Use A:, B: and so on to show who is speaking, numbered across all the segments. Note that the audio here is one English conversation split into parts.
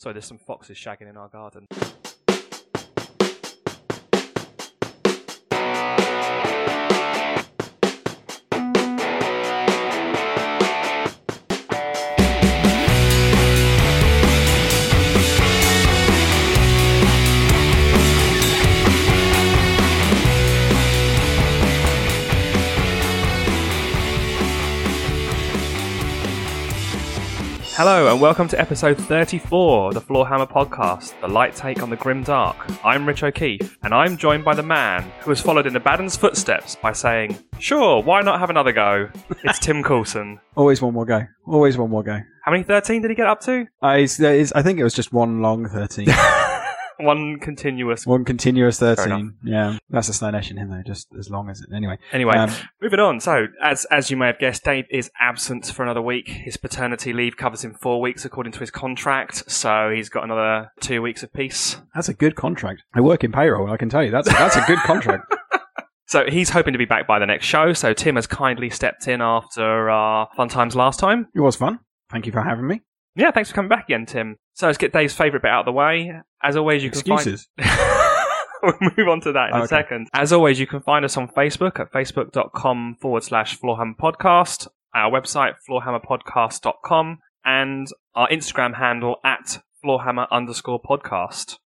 A: Sorry, there's some foxes shagging in our garden. Hello, and welcome to episode 34 of the Floorhammer podcast, the light take on the grim dark. I'm Rich O'Keefe, and I'm joined by the man who has followed in Abaddon's footsteps by saying, Sure, why not have another go? It's Tim Coulson.
B: Always one more go. Always one more go.
A: How many 13 did he get up to?
B: I, it's- there is- I think it was just one long 13.
A: One continuous.
B: one continuous
A: enough.
B: 13. Yeah. That's a Slow Nation in there, just as long as it. Anyway.
A: Anyway,
B: Um,
A: moving on. So, as as you may have guessed, Dave is absent for another week. His paternity leave covers him four weeks according to his contract, so he's got another two weeks of peace.
B: that's a good contract. I work in payroll, I can tell you. That's, that's a good contract.
A: So he's hoping to be back by the next show. So Tim has kindly stepped in after our fun times last time.
B: It was fun. Thank you for having me.
A: Yeah, thanks for coming back again, Tim. So let's get Dave's favourite bit out of the way. As always, you can
B: Excuses.
A: find. we'll move on to that in
B: Oh,
A: a
B: okay.
A: second. As always, you can find us on Facebook at facebook.com forward slash floorhammer podcast, our website floorhammerpodcast.com, and our Instagram handle at floorhammer underscore podcast.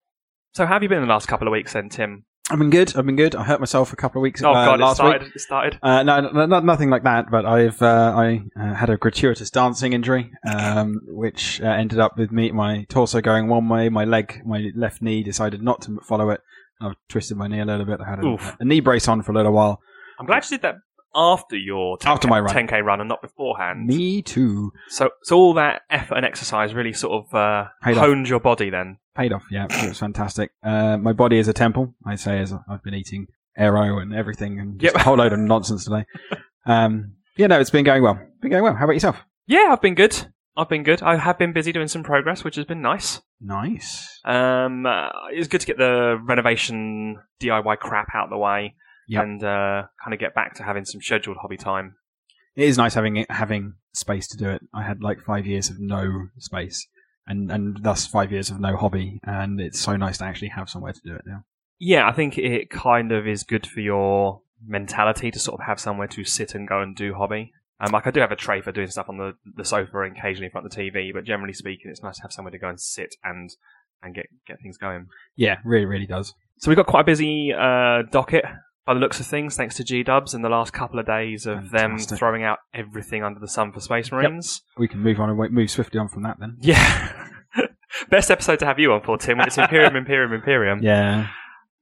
A: So how have you been the last couple of weeks then, Tim?
B: I've been good. I've been good. I hurt myself a couple of weeks
A: Oh,
B: uh,
A: God, it
B: last
A: started.
B: week.
A: It started.
B: Uh, no, no, no, nothing like that. But I've uh, I uh, had a gratuitous dancing injury, um, which uh, ended up with me my torso going one way, my leg, my left knee decided not to follow it. I've twisted my knee a little bit. I had
A: Oof.
B: a, a knee brace on for a little while.
A: I'm glad you did that after your 10K,
B: After my run.
A: 10k run and not beforehand.
B: Me too.
A: So, so all that effort and exercise really sort of uh,
B: Paid off.
A: honed your body then.
B: Paid off. Yeah, it was fantastic. Uh, my body is a temple. I say as I've been eating aero and everything and just
A: Yep.
B: a whole load of nonsense today. Um, yeah, no, it's been going well. Been going well. How about yourself?
A: Yeah, I've been good. I've been good. I have been busy doing some progress, which has been nice.
B: Nice.
A: Um, uh, it was good to get the renovation DIY crap out of the way
B: Yep.
A: and uh, kind of get back to having some scheduled hobby time.
B: it is nice having it, having space to do it. I had like five years of no space, and and thus five years of no hobby, and it's so nice to actually have somewhere to do it now.
A: Yeah, I think it kind of is good for your mentality to sort of have somewhere to sit and go and do hobby. Um, like I do have a tray for doing stuff on the, the sofa and occasionally in front of the TV, but generally speaking, it's nice to have somewhere to go and sit and and get get things going.
B: Yeah, really, really does.
A: So we've got quite a busy uh, docket by the looks of things, thanks to G Dubs and the last couple of days of them
B: Fantastic.
A: throwing out everything under the sun for Space Marines.
B: We can move on and wa- move swiftly on from that then.
A: Yeah. Best episode to have you on for, Tim, when it's Imperium, Imperium, Imperium.
B: Yeah,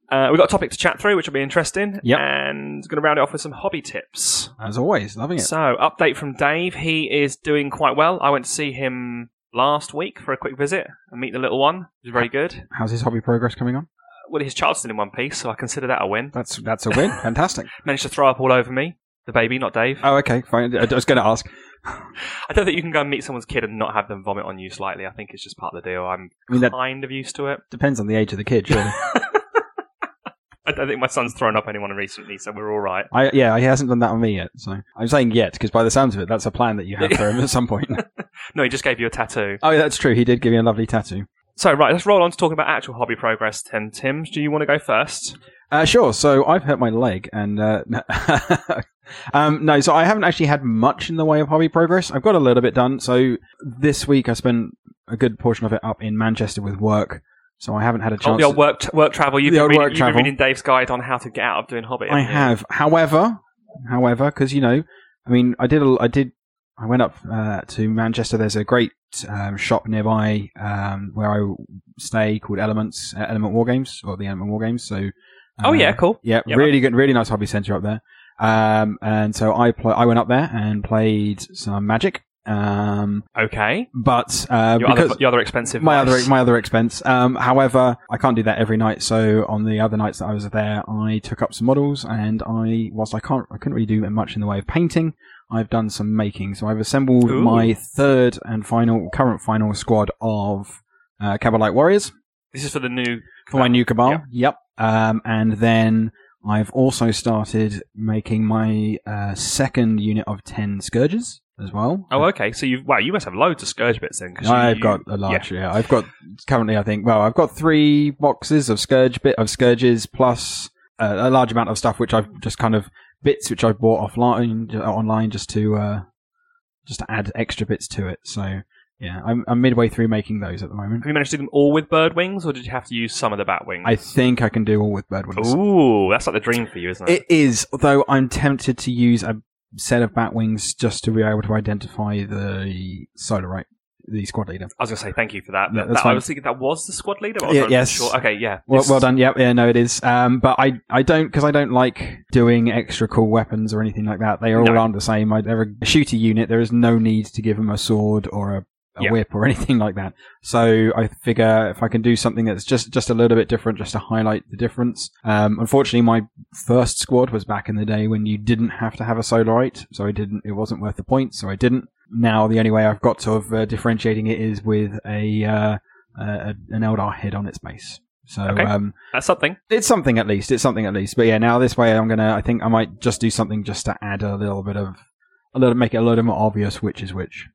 A: Uh, we've got a topic to chat through, which will be interesting.
B: Yep.
A: And going to round it off with some hobby tips.
B: as always, loving it.
A: So, update from Dave. He is doing quite well. I went to see him last week for a quick visit and meet the little one. It was very
B: Ah.
A: good.
B: How's his hobby progress coming on?
A: Well, his child's still in one piece, so I consider that a win.
B: That's that's a win. Fantastic.
A: Managed to throw up all over me. The baby, not Dave.
B: Oh, okay, fine. I I was going to ask.
A: I don't think you can go and meet someone's kid and not have them vomit on you slightly. I think it's just part of the deal. I'm
B: I mean, that
A: kind of used to it.
B: depends on the age of the kid, surely.
A: I don't think my son's thrown up anyone recently, so we're all right.
B: I, yeah, he hasn't done that on me yet. So I'm saying yet because by the sounds of it, that's a plan that you have for him at some point.
A: No, he just gave you a tattoo.
B: oh, yeah, that's true. He did give me a lovely tattoo.
A: So, right, let's roll on to talking about actual hobby progress, Tim. Tim, do you want to go first?
B: Uh, sure. So I've hurt my leg, and uh, um, no, so I haven't actually had much in the way of hobby progress. I've got a little bit done. So this week I spent a good portion of it up in Manchester with work, so I haven't had a
A: Oh,
B: chance.
A: the old work, t- work travel. You've,
B: The
A: been
B: old
A: reading,
B: work
A: you've
B: travel.
A: been reading Dave's guide on how to get out of doing hobby.
B: I
A: haven't you?
B: have, however, however, because you know, I mean, I did, a, I did, I went up uh, to Manchester. There's a great um, shop nearby um, where I stay called Elements uh, Element War Games or the Element War Games. So,
A: Oh,
B: uh,
A: yeah, cool.
B: Yeah,
A: Yep.
B: really good, really nice hobby centre up there. Um, and so I pl- I went up there and played some magic. Um,
A: Okay.
B: but uh,
A: Your
B: because
A: other, your other expensive.
B: my other
A: vice.
B: my other expense. Um, however, I can't do that every night. So on the other nights that I was there, I took up some models, and I whilst I can't I couldn't really do much in the way of painting. I've done some making, so I've assembled
A: Ooh.
B: my third and final current final squad of uh, Cabalite Warriors
A: This is for the new.
B: for my new cabal.
A: Yep.
B: Yep. Um, and then I've also started making my uh, second unit of ten scourges. as well.
A: Oh, okay. So you wow, you must have loads of scourge bits then. 'cause you-
B: I've
A: you-
B: got a large, yeah. I've got currently, I think, well, I've got three boxes of scourge bit of scourges plus uh, a large amount of stuff which I've just kind of bits which I've bought offline online just to uh, just to add extra bits to it. So yeah, I'm, I'm midway through making those at the moment.
A: Have you managed to do them all with bird wings, or did you have to use some of the bat wings?
B: I think I can do all with bird wings.
A: Ooh, that's like the dream for you, isn't it?
B: It is, though I'm tempted to use a set of bat wings just to be able to identify the solarite, the squad leader.
A: I was going to say thank you for that.
B: No,
A: That-
B: that's
A: that- I
B: fine.
A: was thinking that was the squad leader. but I was
B: Yeah,
A: not
B: yes.
A: Sure. Okay. Yeah.
B: Well,
A: It's-
B: well done. Yep. Yeah. No, it is. Um, but I, I don't because I don't like doing extra cool weapons or anything like that. They are all
A: No.
B: armed the same. I, they're a shooter unit. There is no need to give them a sword or a, a
A: Yeah.
B: whip or anything like that. So I figure if I can do something that's just just a little bit different, just to highlight the difference. Um, unfortunately, my first squad was back in the day when you didn't have to have a solarite, so I didn't. It wasn't worth the points, so I didn't. Now the only way I've got of uh, differentiating it is with a, uh, uh, an Eldar head on its base. So
A: Okay.
B: um,
A: That's something.
B: it's something at least. It's something at least. But yeah, now this way, I'm gonna. I think I might just do something just to add a little bit of a little, make it a little more obvious which is which.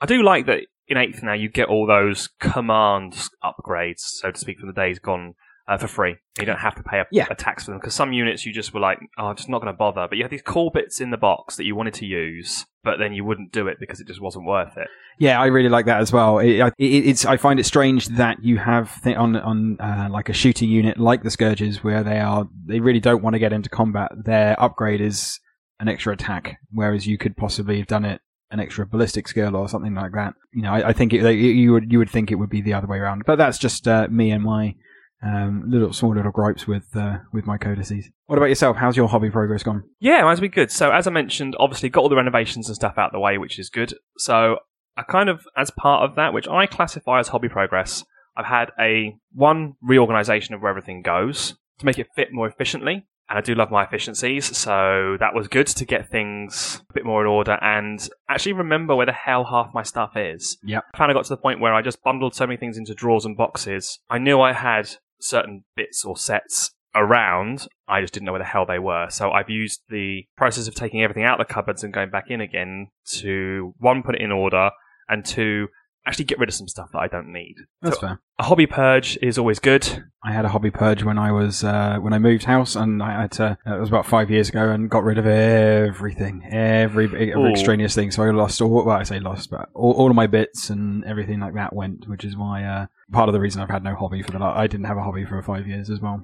A: I do like that in eighth now you get all those command upgrades, so to speak, from the days gone uh, for free. You don't have to pay a,
B: Yeah.
A: a tax for them because some units you just were like, oh, I'm just not going to bother. But you had these cool bits in the box that you wanted to use, but then you wouldn't do it because it just wasn't worth it.
B: Yeah, I really like that as well. It, I- it, it's I find it strange that you have th- on on uh, like a shooter unit like the Scourges, where they are they really don't want to get into combat. Their upgrade is an extra attack, whereas you could possibly have done it an extra ballistic skill or something like that. You know, I, I think it, like, you you would you would think it would be the other way around, but that's just uh, me and my um, little small little gripes with uh, with my codices. What about yourself? How's your hobby progress gone?
A: Yeah, might as well be good. So as I mentioned, obviously got all the renovations and stuff out the way, which is good. So I kind of, as part of that, which I classify as hobby progress, I've had a one reorganization of where everything goes to make it fit more efficiently. And I do love my efficiencies, so that was good to get things a bit more in order and actually remember where the hell half my stuff is.
B: Yep.
A: I kind of got to the point where I just bundled so many things into drawers and boxes. I knew I had certain bits or sets around. I just didn't know where the hell they were. So I've used the process of taking everything out of the cupboards and going back in again to one, put it in order, and two, actually get rid of some stuff that I don't need.
B: That's
A: So-
B: fair.
A: A hobby purge is always good.
B: I had a hobby purge when I was uh, when I moved house, and I had to. uh, It was about five years ago, and got rid of everything, every, every
A: Ooh.
B: extraneous thing. So I lost all. Well, I say lost, but all, all of my bits and everything like that went, which is why uh, part of the reason I've had no hobby for the. la- I didn't have a hobby for five years as well.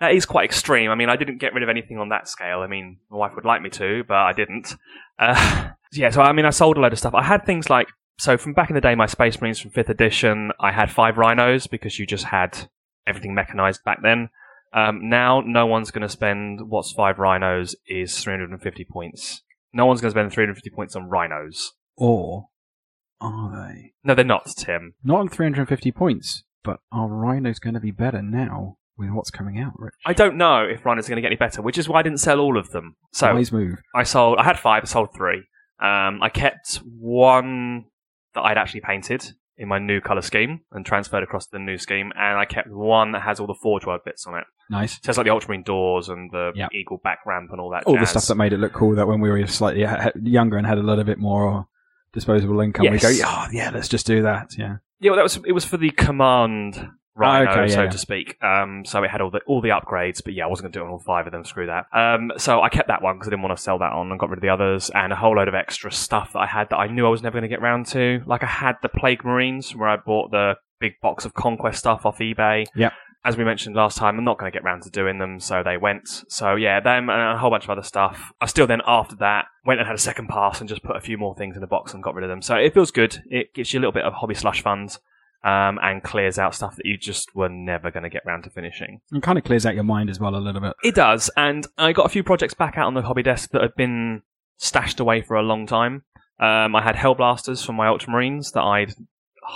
A: That is quite extreme. I mean, I didn't get rid of anything on that scale. I mean, my wife would like me to, but I didn't. Uh, yeah, so I mean, I sold a load of stuff. I had things like so from back in the day, my Space Marines from fifth edition. I had five rhinos because you just had everything mechanized back then. Um, now, no one's going to spend what's five rhinos is 350 points. No one's going to spend 350 points on rhinos.
B: Or are they
A: No, they're not, Tim.
B: not on three hundred and fifty points? But are rhinos going to be better now with what's coming out, Rich?
A: I don't know if rhinos are going to get any better, which is why I didn't sell all of them. So
B: Wise move.
A: I sold. I had five. I sold three. Um, I kept one that I'd actually painted in my new color scheme and transferred across to the new scheme, and I kept one that has all the Forge World bits on it.
B: Nice.
A: So it's like the Ultramarine doors and the
B: Yeah.
A: Eagle back ramp and all that.
B: all the
A: jazz.
B: stuff that made it look cool that when we were slightly ha- younger and had a little bit more disposable income we
A: Yes.
B: go yeah, oh, yeah let's just do that yeah
A: Yeah, well, that was it was for the command rhino,
B: okay, yeah,
A: so
B: yeah.
A: to speak. Um, so it had all the all the upgrades, but yeah, I wasn't going to do it on all five of them. Screw that. Um, so I kept that one because I didn't want to sell that on and got rid of the others and a whole load of extra stuff that I had that I knew I was never going to get round to. Like I had the Plague Marines where I bought the big box of conquest stuff off eBay.
B: Yep.
A: As we mentioned last time, I'm not going to get round to doing them, so they went. So yeah, them and a whole bunch of other stuff. I still then after that went and had a second pass and just put a few more things in the box and got rid of them. So it feels good. It gives you a little bit of hobby slush funds um, and clears out stuff that you just were never going to get round to finishing.
B: and kind of clears out your mind as well a little bit
A: It does, and I got a few projects back out on the hobby desk that had been stashed away for a long time. Um, I had Hellblasters from my Ultramarines that I'd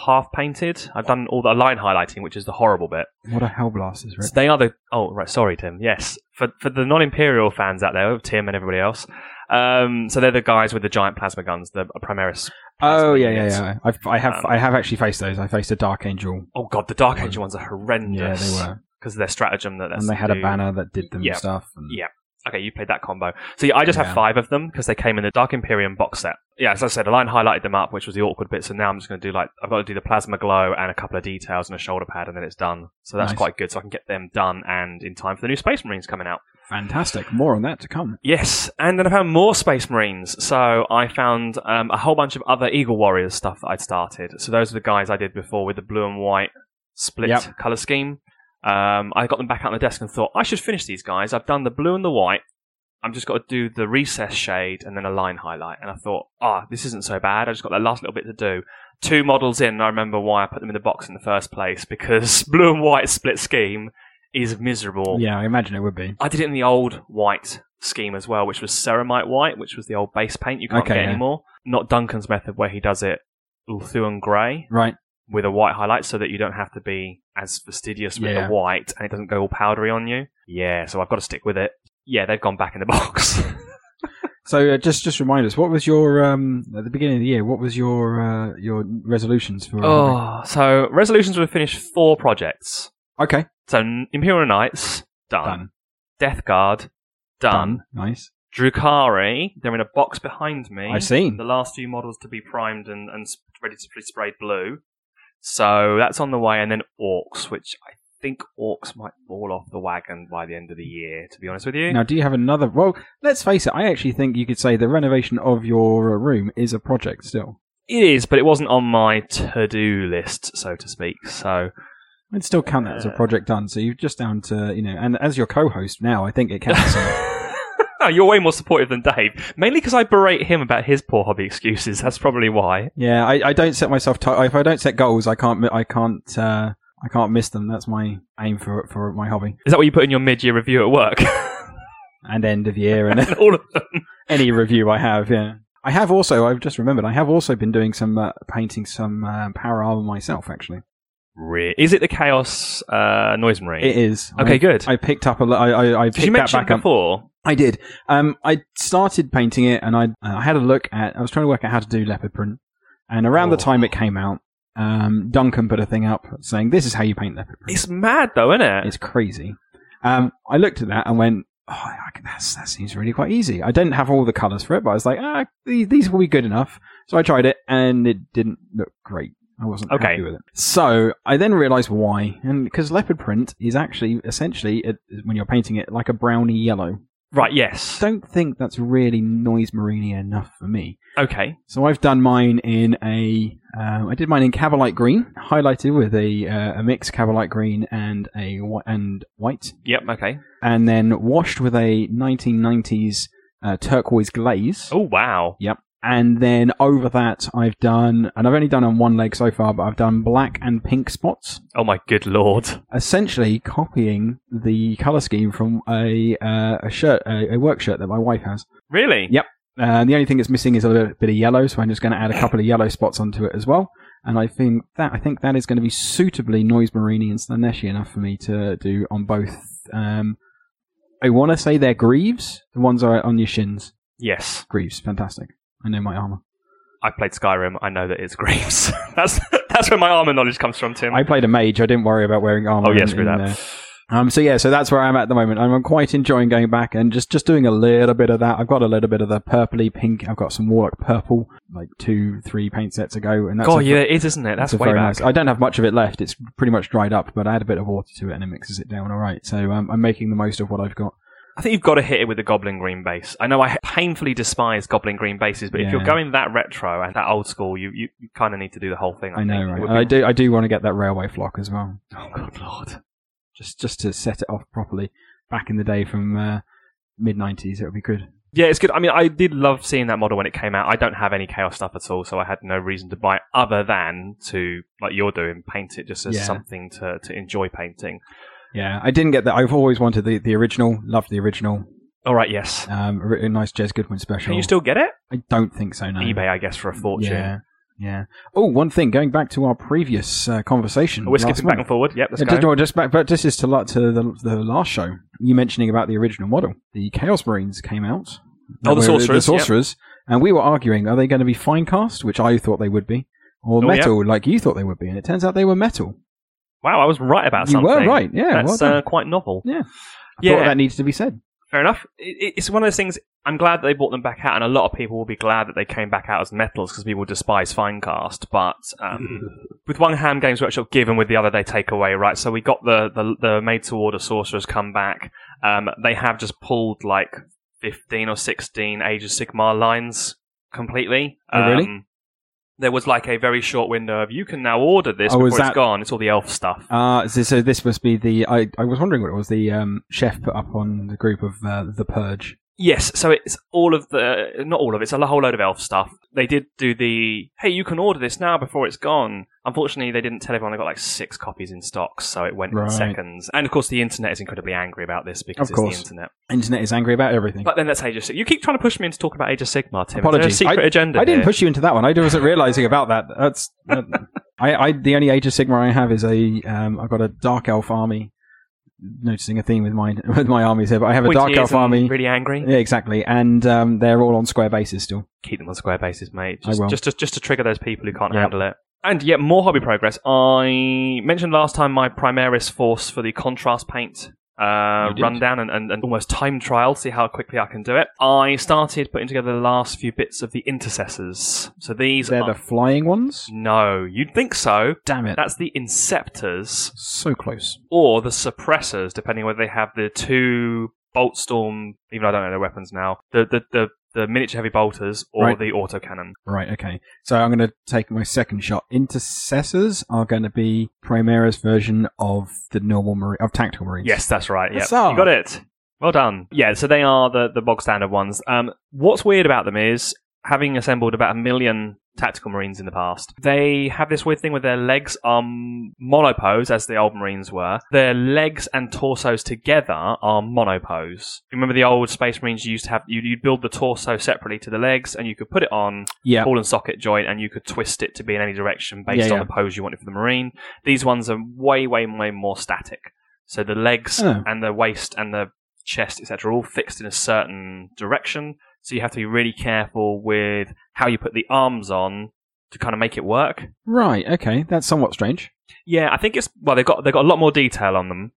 A: half painted. I've done all the line highlighting, which is the horrible bit.
B: what a hellblast is
A: So
B: Rick
A: they are the oh right, sorry Tim. Yes, for for the non-imperial fans out there, Tim and everybody else. Um, so they're the guys with the giant plasma guns, the Primaris.
B: oh yeah yeah
A: units.
B: yeah I've, I have
A: Um,
B: I have actually faced those I faced a dark angel
A: Oh god, the Dark Angel ones are
B: yeah
A: horrendous.
B: they were
A: because of their stratagem that.
B: and they had a
A: do.
B: banner that did them
A: Yeah.
B: stuff and
A: Yeah. Okay, you played that combo. So yeah, I just
B: Yeah.
A: have five of them because they came in the Dark Imperium box set. Yeah, as I said, Align highlighted them up, which was the awkward bit. So now I'm just going to do like I've got to do the plasma glow and a couple of details and a shoulder pad, and then it's done. So that's
B: Nice.
A: quite good. So I can get them done and in time for the new Space Marines coming out.
B: Fantastic. More on that to come.
A: Yes, and then I found more Space Marines. So I found um, a whole bunch of other Eagle Warriors stuff that I'd started. So those are the guys I did before with the blue and white split
B: Yep.
A: color scheme. Um, I got them back out on the desk and thought I should finish these guys. I've done the blue and the white. I'm just got to do the recess shade and then a line highlight. And I thought, ah, this isn't so bad. I just got that last little bit to do. Two models in, and I remember why I put them in the box in the first place because blue and white split scheme is miserable.
B: Yeah, I imagine it would be.
A: I did it in the old white scheme as well, which was ceramite white, which was the old base paint you can't
B: Okay,
A: get
B: yeah.
A: anymore. Not Duncan's method where he does it Ulthuan grey
B: Right.
A: with a white highlight so that you don't have to be as fastidious with
B: Yeah.
A: the white and it doesn't go all powdery on you. Yeah, so I've got to stick with it. Yeah, they've gone back in the box.
B: So uh, just just remind us, what was your um, at the beginning of the year? What was your uh, your resolutions for?
A: oh, so resolutions were finished four projects.
B: okay,
A: So N- Imperial Knights, done.
B: done,
A: Death Guard, done.
B: nice.
A: Drukari, they're in a box behind me.
B: I've seen.
A: the last few models to be primed and, and s- ready to be sprayed blue. So that's on the way, and then orcs, which I think orcs might fall off the wagon by the end of the year. To be honest with you,
B: Now, do you have another? Well, let's face it. I actually think you could say the renovation of your uh, room is a project still.
A: it is, but it wasn't on my to-do list, so to speak. So
B: I'd still count that as a
A: Uh.
B: project done. So you're just down to you know, and as your co-host now, I think it counts.
A: no, you're way more supportive than Dave, mainly because I berate him about his poor hobby excuses. That's probably why.
B: yeah, I, I don't set myself. T- if I don't set goals, I can't. mi- I can't. Uh, I can't miss them. That's my aim for for my hobby.
A: Is that what you put in your mid-year review at work?
B: And end of year and
A: and all of them.
B: any review I have, yeah. I have also, I've just remembered, I have also been doing some, uh, painting some uh, power armor myself, actually.
A: Re- Is it the chaos uh, noise marine?
B: It is.
A: okay,
B: I,
A: good.
B: I picked up a lo- I, I, I picked
A: Did you
B: that
A: mention
B: back
A: it
B: up.
A: before?
B: I did. Um, I started painting it and I, uh, I had a look at, I was trying to work out how to do leopard print. And around the
A: Oh.
B: time it came out, um, Duncan put a thing up saying, this is how you paint leopard print.
A: It's mad though, isn't it?
B: It's crazy. Um, I looked at that and went, oh, I can, that's, that seems really quite easy. I didn't have all the colors for it, but I was like, ah, these, these will be good enough. So I tried it and it didn't look great. I wasn't
A: Okay.
B: happy with it. So I then realized why. And because leopard print is actually essentially, it, when you're painting it, like a browny yellow.
A: right, yes.
B: Don't think that's really noise marini enough for me.
A: Okay.
B: So I've done mine in a, um, I did mine in cabalite green, highlighted with a uh, a mix cabalite green and a whi- and white
A: Yep, okay.
B: and then washed with a 1990s uh, turquoise glaze.
A: Oh, wow.
B: And then over that, I've done, and I've only done on one leg so far, but I've done black and pink spots,
A: Oh, my good lord.
B: essentially copying the color scheme from a uh, a shirt, a, a work shirt that my wife has.
A: Really?
B: Yep. Uh, the only thing that's missing is a little bit of yellow, so I'm just going to add a couple of yellow spots onto it as well. And I think that I think that is going to be suitably noise marini and slaneshi enough for me to do on both. Um, I want to say they're greaves. The ones are on your shins.
A: Yes.
B: Greaves, fantastic. I know my armor.
A: I played Skyrim. I know that it's Greaves. that's that's where my armor knowledge comes from, Tim.
B: I played a mage. I didn't worry about wearing armor.
A: oh,
B: in-
A: yes, screw
B: in
A: that.
B: there. Um, so yeah, so that's where I'm at the moment. I'm, I'm quite enjoying going back and just, just doing a little bit of that. I've got a little bit of the purpley pink. I've got some warlock purple, like two, three paint sets ago, and that's
A: God,
B: a-
A: yeah, it is, isn't it? That's
B: It's a
A: way back.
B: very nice- I don't have much of it left. It's pretty much dried up, but I add a bit of water to it and it mixes it down all right. So um, I'm making the most of what I've got.
A: I think you've got to hit it with the Goblin Green base. I know I painfully despise Goblin Green bases, but if you're
B: Yeah.
A: going that retro and that old school, you, you, you kind of need to do the whole thing. I,
B: I know,
A: think. It
B: right? Uh,
A: would
B: And I
A: be-
B: do. I do want to get that railway flock as well,
A: Oh, good lord.
B: just just to set it off properly. Back in the day from uh, mid '90s, it would be good.
A: Yeah, it's good. I mean, I did love seeing that model when it came out. I don't have any chaos stuff at all, so I had no reason to buy it other than to, like you're doing, paint it just as
B: Yeah.
A: something to, to enjoy painting.
B: Yeah, I didn't get that. I've always wanted the, the original. Loved the original.
A: All right, yes.
B: Um, a, re- a nice Jez Goodwin special.
A: Can you still get it?
B: I don't think so. No.
A: eBay, I guess, for a fortune.
B: Yeah. Yeah. Oh, one thing. Going back to our previous uh, conversation.
A: But We're
B: last
A: skipping
B: month.
A: back and forward. Yep, let's
B: Uh, just,
A: go.
B: well, just back, but this is to, la- to the, the last show. You mentioning about the original model, the Chaos Marines came out.
A: Oh, the
B: Where-
A: Sorcerers,
B: The
A: yep.
B: sorcerers, and we were arguing: are they going to be fine cast, which I thought they would be, or
A: Oh,
B: metal, like you thought they would be? And it turns out they were metal.
A: Wow, I was right about
B: you
A: something.
B: were right. Yeah, well
A: That's
B: done.
A: uh, quite novel.
B: Yeah. I
A: Yeah.
B: thought that needs to be said.
A: Fair enough. It, it's one of those things. I'm glad they brought them back out, and a lot of people will be glad that they came back out as metals because people despise Finecast. But um, with one hand, Games Workshop give, and with the other, they take away. Right. So we got the the, the made to order sorcerers come back. Um, they have just pulled like 15 or 16 Age of Sigmar lines completely.
B: Oh, really?
A: Um, there was like a very short window of you can now order this
B: Oh,
A: before
B: is
A: it's
B: that-
A: gone. It's all the elf stuff.
B: Uh, so, so this must be the. I, I was wondering what it was the um, chef put up on the group of uh, The Purge.
A: Yes, so it's all of the not all of it, it's a whole load of elf stuff. They did do the hey, you can order this now before it's gone. Unfortunately, they didn't tell everyone they got like six copies in stock, so it went in
B: Right.
A: seconds. And of course, the internet is incredibly angry about this because
B: Of
A: it's
B: course.
A: the internet.
B: Internet is angry about everything.
A: But then that's Age of Sigmar. You keep trying to push me into talking about Age of Sigmar, Tim.
B: Apologies.
A: Is there a secret
B: I-
A: agenda.
B: I didn't
A: here?
B: push you into that one. I wasn't realizing about that. That's that- I, I. The only Age of Sigma I have is a. Um, I've got a Dark Elf army. Noticing a theme with mine with my armies here, but I have a
A: Pointy
B: Dark
A: ears
B: Elf
A: and
B: army.
A: Really angry.
B: Yeah, exactly, and um, they're all on square bases still.
A: keep them on square bases, mate.
B: I
A: Just,
B: will.
A: just, just, just to trigger those people who can't
B: Yep.
A: handle it. And yet more hobby progress. I mentioned last time my Primaris force for the contrast paint uh,
B: You did.
A: rundown and, and, and almost time trial, see how quickly I can do it. I started putting together the last few bits of the intercessors. So these
B: They're
A: are.
B: the flying ones.
A: no, you'd think so.
B: Damn it!
A: That's the inceptors
B: so close.
A: or the suppressors, depending whether they have the two bolt storm, even though I don't know their weapons now, the, the, the, the miniature heavy bolters or
B: Right.
A: the autocannon.
B: Right. Okay. So I'm going to take my second shot. Intercessors are going to be Primera's version of the normal marine of tactical marines.
A: Yes, that's right. Yeah,
B: Hussar.
A: you got it. Well done. Yeah, so they are the the bog standard ones. Um, what's weird about them is having assembled about a million tactical marines in the past, they have this weird thing where their legs are m- monopose, as the old marines were. Their legs and torsos together are monopose. Remember the old space marines you used to have? You, you'd build the torso separately to the legs, and you could put it on
B: Yeah.
A: ball and socket joint, and you could twist it to be in any direction based
B: Yeah,
A: on
B: yeah.
A: the pose you wanted for the marine. These ones are way, way, way more static. So the legs
B: Oh.
A: and the waist and the chest, etc., are all fixed in a certain direction. So you have to be really careful with how you put the arms on to kind of make it work.
B: Right. Okay. That's somewhat strange.
A: Yeah, I think it's well they've got they've got a lot more detail on them,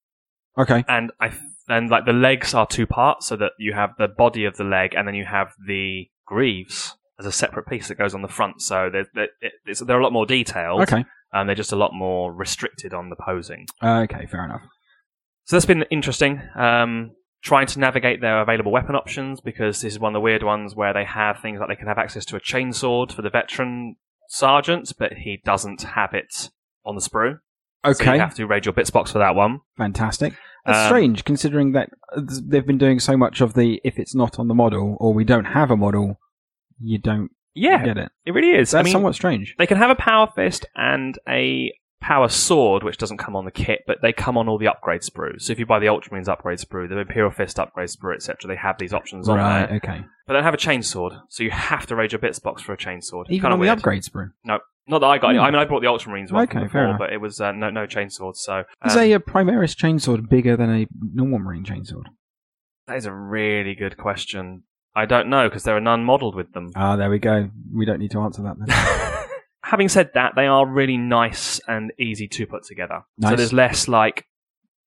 B: Okay.
A: and I and like the legs are two parts, so that you have the body of the leg and then you have the greaves as a separate piece that goes on the front. So they're they're, it's, they're a lot more detailed.
B: Okay. Uh,
A: Um, they're just a lot more restricted on the posing.
B: Okay. Fair enough.
A: So that's been interesting. Um, trying to navigate their available weapon options because this is one of the weird ones where they have things like they can have access to a chainsword for the veteran sergeant, but he doesn't have it on the sprue. So
B: Okay.
A: you have to raid your bits box for that one.
B: Fantastic. That's
A: Um,
B: strange, considering that uh, th- they've been doing so much of the if it's not on the model or we don't have a model, you don't
A: Yeah,
B: get it.
A: it really is.
B: That's
A: I mean,
B: somewhat strange.
A: they can have a power fist and a power sword, which doesn't come on the kit, but they come on all the upgrade sprues. So if you buy the Ultramarines upgrade sprue, the Imperial Fist upgrade sprue, etc., they have these options on there.
B: Right. Okay.
A: But then have a chainsword, so you have to raid your bits box for a chainsword.
B: Even
A: kind
B: on
A: of weird.
B: the upgrades, Brew.
A: Not that I got it.
B: Hmm.
A: I mean, I brought the Ultramarines one
B: Okay,
A: from
B: fair
A: before,
B: enough.
A: but it was uh, no no chainsword. So
B: Is
A: um,
B: a, uh Primaris chainsword bigger than a normal marine chainsword?
A: that is a really good question. I don't know because there are none modelled with them.
B: Ah, there we go. We don't need to answer that then.
A: Having said that, they are really nice and easy to put together. So
B: Nice.
A: there's less like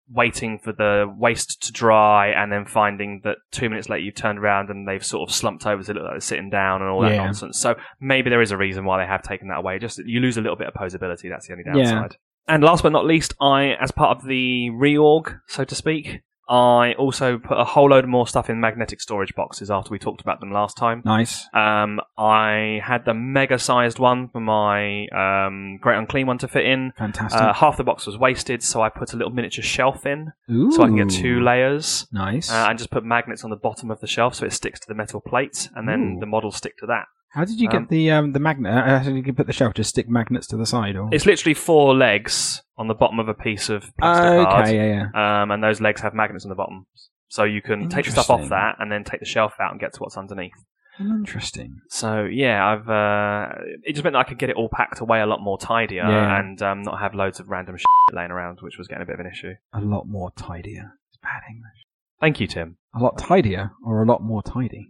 A: waiting for the waste to dry and then finding that two minutes later you've turned around and they've sort of slumped over so they look like they're sitting down and all that
B: Yeah.
A: nonsense. So maybe there is a reason why they have taken that away. Just that you lose a little bit of posability. That's the only
B: Yeah.
A: downside. And last but not least, I, as part of the reorg, so to speak, I also put a whole load more stuff in magnetic storage boxes after we talked about them last time.
B: nice.
A: Um, I had the mega sized one for my um, Great Unclean one to fit in.
B: Fantastic.
A: Uh, half the box was wasted, so I put a little miniature shelf in
B: Ooh.
A: so I can get two layers.
B: Nice.
A: Uh, and just put magnets on the bottom of the shelf so it sticks to the metal plate, and then
B: Ooh.
A: the models stick to that.
B: How did you get
A: um,
B: the um, the magnet? How did you put the shelf? Just stick magnets to the side, or
A: It's literally four legs on the bottom of a piece of plastic
B: okay,
A: card.
B: yeah, yeah.
A: um, and those legs have magnets on the bottom. So you can take the stuff off
B: Interesting.
A: that and then take the shelf out and get to what's underneath.
B: Interesting.
A: So yeah, I've uh, it just meant that I could get it all packed away a lot more tidier
B: Yeah.
A: and um, not have loads of random shit laying around, which was getting a bit of an issue.
B: A lot more tidier. It's bad English.
A: Thank you, Tim.
B: A lot tidier, or a lot more tidy.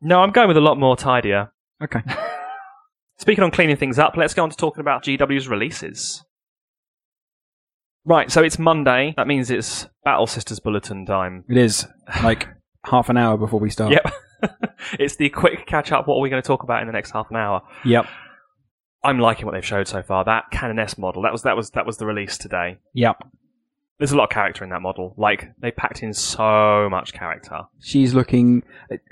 A: No, I'm going with a lot more tidier.
B: Okay.
A: Speaking on cleaning things up, let's go on to talking about GW's releases. Right, so it's Monday. That means it's Battle Sisters Bulletin time.
B: It is like half an hour before we start.
A: Yep. it's the quick catch up. What are we going to talk about in the next half an hour?
B: Yep.
A: I'm liking what they've showed so far. That Canon S model. That was that was that was the release today.
B: Yep.
A: There's a lot of character in that model. Like they packed in so much character.
B: She's looking.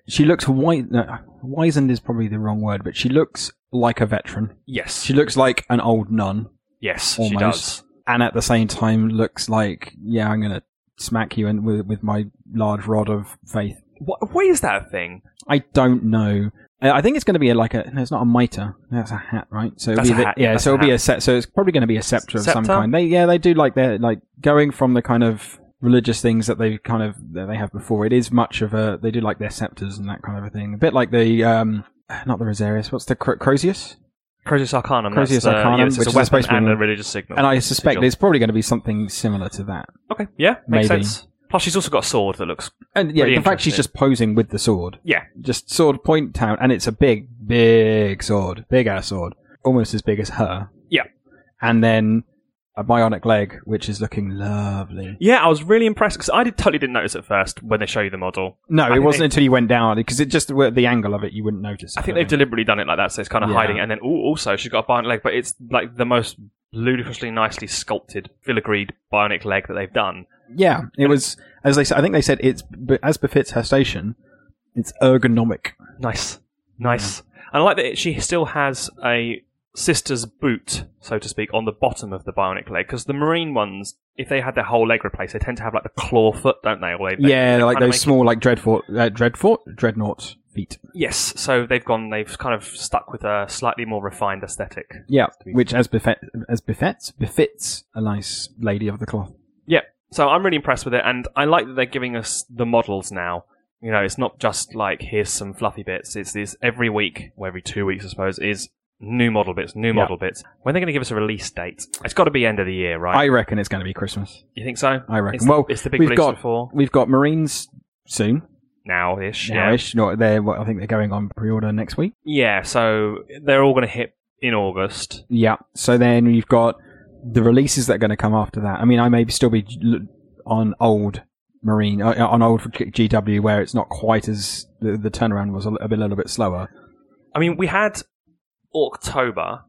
B: She looks wise. No, wizened is probably the wrong word, but she looks like a veteran.
A: Yes.
B: She looks like an old nun,
A: yes, she
B: almost.
A: does.
B: and at the same time looks like, yeah, I'm gonna smack you in with with my large rod of faith.
A: What, what is that thing?
B: I don't know. Uh, I I think it's going to be a, like a. No, it's not a mitre. That's a hat, right? So it'll
A: That's
B: be
A: a
B: the-
A: hat, yeah,
B: yeah.
A: that's
B: so
A: a
B: it'll be a set. So it's probably going to be a scepter of some
A: Scepter?
B: kind. They yeah, they do like their like going from the kind of religious things that they kind of that they have before. It is much of a. They do like their scepters and that kind of a thing. A bit like the um, not the Rosarius. What's the Cro- Crozius?
A: Croesus Arcanum. that's
B: Croesus
A: the- yeah,
B: Arcanum,
A: it's,
B: which
A: a
B: is a
A: weapon
B: space
A: and a
B: marine.
A: religious signal.
B: And I suspect
A: Sigil.
B: it's probably going to be something similar to that.
A: Okay, yeah, makes
B: Maybe.
A: sense. Plus, she's also got a sword that looks.
B: And yeah,
A: Pretty
B: the fact she's
A: interesting.
B: just posing with the sword,
A: Yeah,
B: just sword point out, and it's a big, big sword, big ass sword, almost as big as her.
A: Yeah.
B: And then a bionic leg, which is looking lovely.
A: yeah. I was really impressed because I did, totally didn't notice at first when they show you the model.
B: No,
A: think
B: it wasn't
A: they-
B: until you went down because it just the the angle of it you wouldn't notice.
A: I think
B: it.
A: they've deliberately done it like that, so it's kind of
B: Yeah.
A: hiding. And then ooh, also, she's got a bionic leg, but it's like the most ludicrously nicely sculpted, filigreed bionic leg that they've done.
B: Yeah, it was as they said. I think they said it's but as befits her station. It's ergonomic.
A: Nice, nice. And I like that it, she still has a sister's boot, so to speak, on the bottom of the bionic leg because the marine ones, if they had their whole leg replaced, they tend to have like the claw foot, don't they? Or they, they-
B: yeah,
A: they
B: like
A: kinda
B: those
A: make it-
B: small, like dreadfort, uh, dreadfort, dreadnought feet.
A: Yes, so they've gone. They've kind of stuck with a slightly more refined aesthetic.
B: Yeah, which as befit as befits befits a nice lady of the cloth.
A: Yeah, so I'm really impressed with it, and I like that they're giving us the models now. You know, it's not just like here's some fluffy bits. It's this every week, or every two weeks, I suppose, is new model bits, new model bits. When they're going to give us a release date? It's got to be end of the year, right?
B: I reckon it's going to be Christmas.
A: you think so?
B: I reckon.
A: It's,
B: well,
A: it's the big
B: we've
A: release
B: got
A: before
B: we've got Marines soon
A: now-ish. yeah.
B: now-ish. No, they're what I think they're going on pre-order next week.
A: yeah, so they're all going to hit in August.
B: Yeah. So then you've got the releases that are going to come after that. I mean, I may still be l- on old Marine uh, on old GW where it's not quite as the, the turnaround was a, li- a bit- little bit slower.
A: I mean, we had October.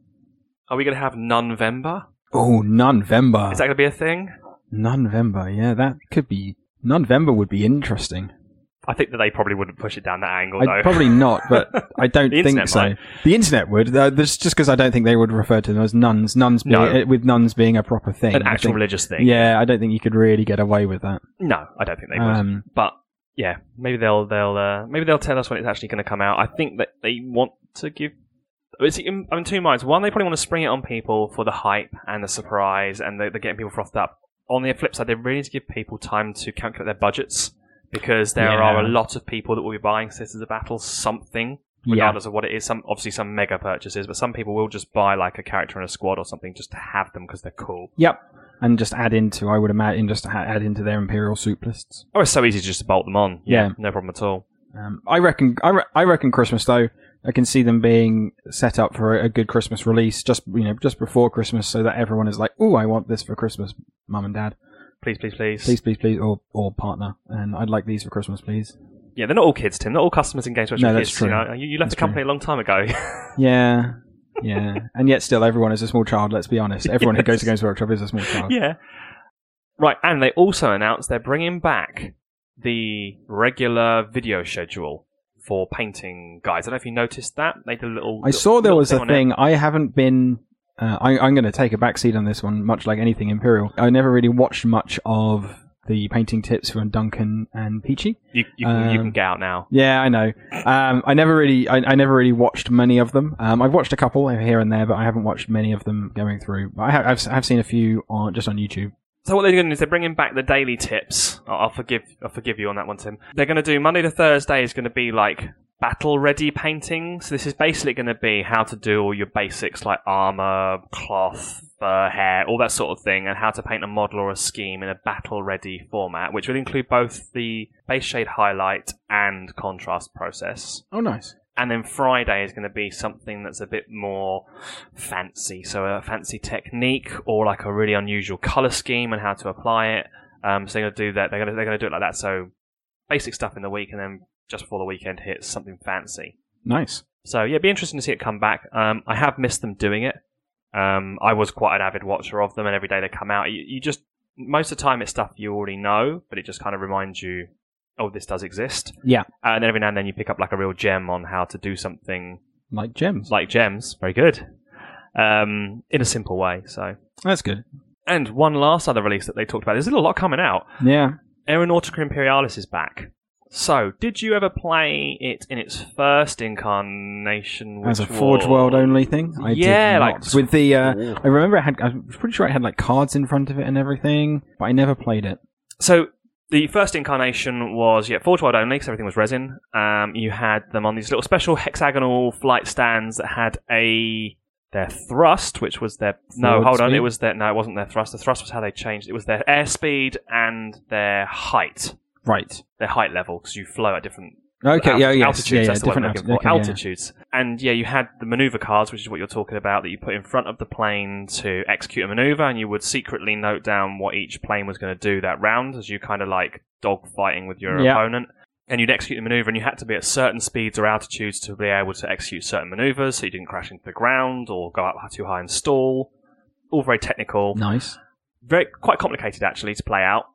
A: Are we going to have November?
B: Oh, November.
A: Is that going to be a thing?
B: November. Yeah, that could be. November would be interesting.
A: I think that they probably wouldn't push it down that angle,
B: I,
A: though.
B: probably not, but I don't
A: The
B: think
A: internet
B: so.
A: might.
B: The internet would. Uh, that's just because I don't think they would refer to them as nuns. Nuns, be-
A: No.
B: uh, with nuns being a proper thing.
A: An
B: I
A: actual
B: think-
A: religious thing.
B: Yeah, I don't think you could really get away with that.
A: No, I don't think they would.
B: Um,
A: but yeah, maybe they'll they'll uh, maybe they'll tell us when it's actually going to come out. I think that they want to give. It's, I'm in two minds. One, they probably want to spring it on people for the hype and the surprise, and they're, they're getting people frothed up. On the flip side, they really need to give people time to calculate their budgets because there
B: Yeah.
A: are a lot of people that will be buying Sisters of Battle something,
B: yeah,
A: regardless of what it is. Some obviously some mega purchases, but some people will just buy like a character in a squad or something just to have them because they're cool.
B: yep. And just add into, I would imagine, just ha- add into their imperial soup lists.
A: Or Oh, it's so easy to just bolt them on.
B: Yeah.
A: no problem at all.
B: Um, I reckon. I, re- I reckon Christmas though. I can see them being set up for a, a good Christmas release, just you know, just before Christmas, so that everyone is like, "Oh, I want this for Christmas, mum and dad,
A: Please, please, please.
B: please, please, please, or or partner, and I'd like these for Christmas, please."
A: Yeah, they're not all kids, Tim. Not all customers in Games Workshop
B: No,
A: are
B: that's
A: kids.
B: true.
A: You, know, you, you left
B: That's
A: the company a long time ago.
B: Yeah. Yeah. and yet still everyone is a small child, let's be honest. Everyone who goes to
A: Yes.
B: Games Workshop is a small child.
A: yeah. Right, and they also announced they're bringing back the regular video schedule for painting guys. I don't know if you noticed that. They did a little.
B: I saw there
A: little
B: was a
A: on it.
B: thing. I haven't been uh, I, I'm going to take a backseat on this one, much like anything Imperial. I never really watched much of the painting tips from Duncan and Peachy.
A: You, you, can, you
B: um,
A: can get out now.
B: Yeah, I know. Um, I never really, I, I never really watched many of them. Um, I've watched a couple here and there, but I haven't watched many of them going through. But I have, I've, I've seen a few on just on YouTube.
A: So what they're doing is they're bringing back the daily tips. I- I'll forgive I'll forgive you on that one, Tim. They're going to do Monday to Thursday is going to be like battle ready painting. So this is basically going to be how to do all your basics like armor, cloth, fur, hair, all that sort of thing, and how to paint a model or a scheme in a battle ready format, which will include both the base shade highlight and contrast process.
B: Oh, nice.
A: And then Friday is going to be something that's a bit more fancy. So a fancy technique or like a really unusual color scheme and how to apply it. Um, so they're going to do that. They're going to, they're going to do it like that. So basic stuff in the week, and then just before the weekend hits, something fancy.
B: Nice.
A: So yeah, it'd be interesting to see it come back. Um, I have missed them doing it. Um, I was quite an avid watcher of them, and every day they come out, you, you just most of the time it's stuff you already know, but it just kind of reminds you, oh, this does exist.
B: Yeah.
A: Uh, and then every now and then you pick up like a real gem on how to do something
B: Like gems.
A: like gems. Very good. Um, in a simple way. So,
B: That's good.
A: and one last other release that they talked about. There's a lot coming out.
B: Yeah.
A: Aeronautica Imperialis is back. So, did you ever play it in its first incarnation?
B: As a
A: which
B: Forge
A: was-
B: World only thing. I
A: Yeah,
B: did
A: like-
B: not. with the. Uh, I remember it had. I was pretty sure it had like cards in front of it and everything, but I never played it.
A: So the first incarnation was yeah, Forge World only, because everything was resin. Um, you had them on these little special hexagonal flight stands that had a their thrust, which was their no,
B: Forward
A: hold on,
B: speed?
A: it was their no, it wasn't their thrust. The thrust was how they changed. It was their airspeed and their height,
B: Right.
A: their height level, because you flow at different
B: Okay.
A: alt-
B: yeah. Yes.
A: altitudes.
B: yeah, yeah,
A: that's the word I'm
B: different
A: looking
B: alti-
A: for.
B: okay, yeah.
A: altitudes. And yeah, you had the maneuver cards, which is what you're talking about, that you put in front of the plane to execute a maneuver, and you would secretly note down what each plane was going to do that round, as you kind of like dog fighting with your
B: Yeah.
A: opponent. And you'd execute the maneuver, and you had to be at certain speeds or altitudes to be able to execute certain maneuvers, so you didn't crash into the ground or go up too high and stall. All very technical
B: Nice.
A: very quite complicated actually to play out.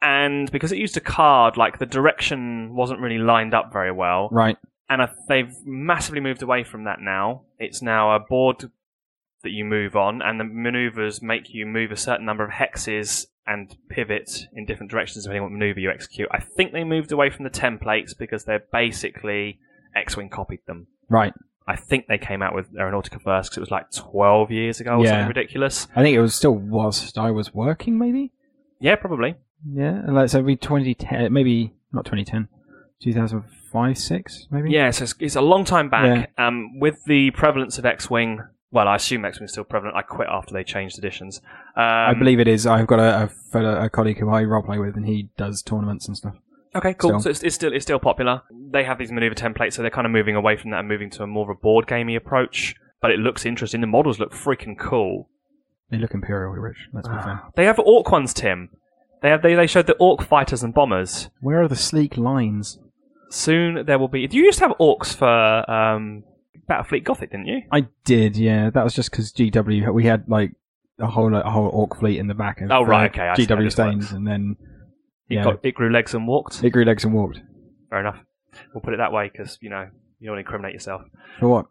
A: And because it used a card, like the direction wasn't really lined up very well.
B: Right.
A: And I, they've massively moved away from that now. It's now a board that you move on, and the maneuvers make you move a certain number of hexes and pivot in different directions depending on what maneuver you execute. I think they moved away from the templates because they're basically X Wing copied them.
B: Right.
A: I think they came out with Aeronautica first because it was like 12 years ago or
B: Yeah.
A: something ridiculous.
B: I think it was still whilst I was working, maybe.
A: Yeah, probably.
B: Yeah. Like so, it'd be 2010, maybe not 2010, 2005, six, maybe.
A: Yeah, so it's, it's a long time back. Um, with the prevalence of X Wing, well, I assume X Wing's still prevalent. I quit after they changed editions. Um,
B: I believe it is. I've got a, a fellow, a colleague who I roleplay with, and he does tournaments and stuff.
A: Okay, cool.
B: still.
A: So it's, it's still it's still popular. They have these maneuver templates, so they're kind of moving away from that and moving to a more of a board gamey approach. But it looks interesting. The models look freaking cool.
B: They look imperially rich. Let's be fair.
A: They have orc ones, Tim. They have they, they showed the orc fighters and bombers.
B: Where are the sleek lines?
A: Soon there will be. Do you used to have orcs for um, Battlefleet Gothic, didn't you?
B: I did, yeah. That was just because GW we had like a whole a whole orc fleet in the back of
A: Oh, right,
B: uh,
A: okay, I see how
B: GW
A: this works.
B: stains, and then
A: It,
B: yeah,
A: got, it grew legs and walked.
B: it grew legs and walked.
A: Fair enough. We'll put it that way because you know you don't want to incriminate yourself.
B: For what?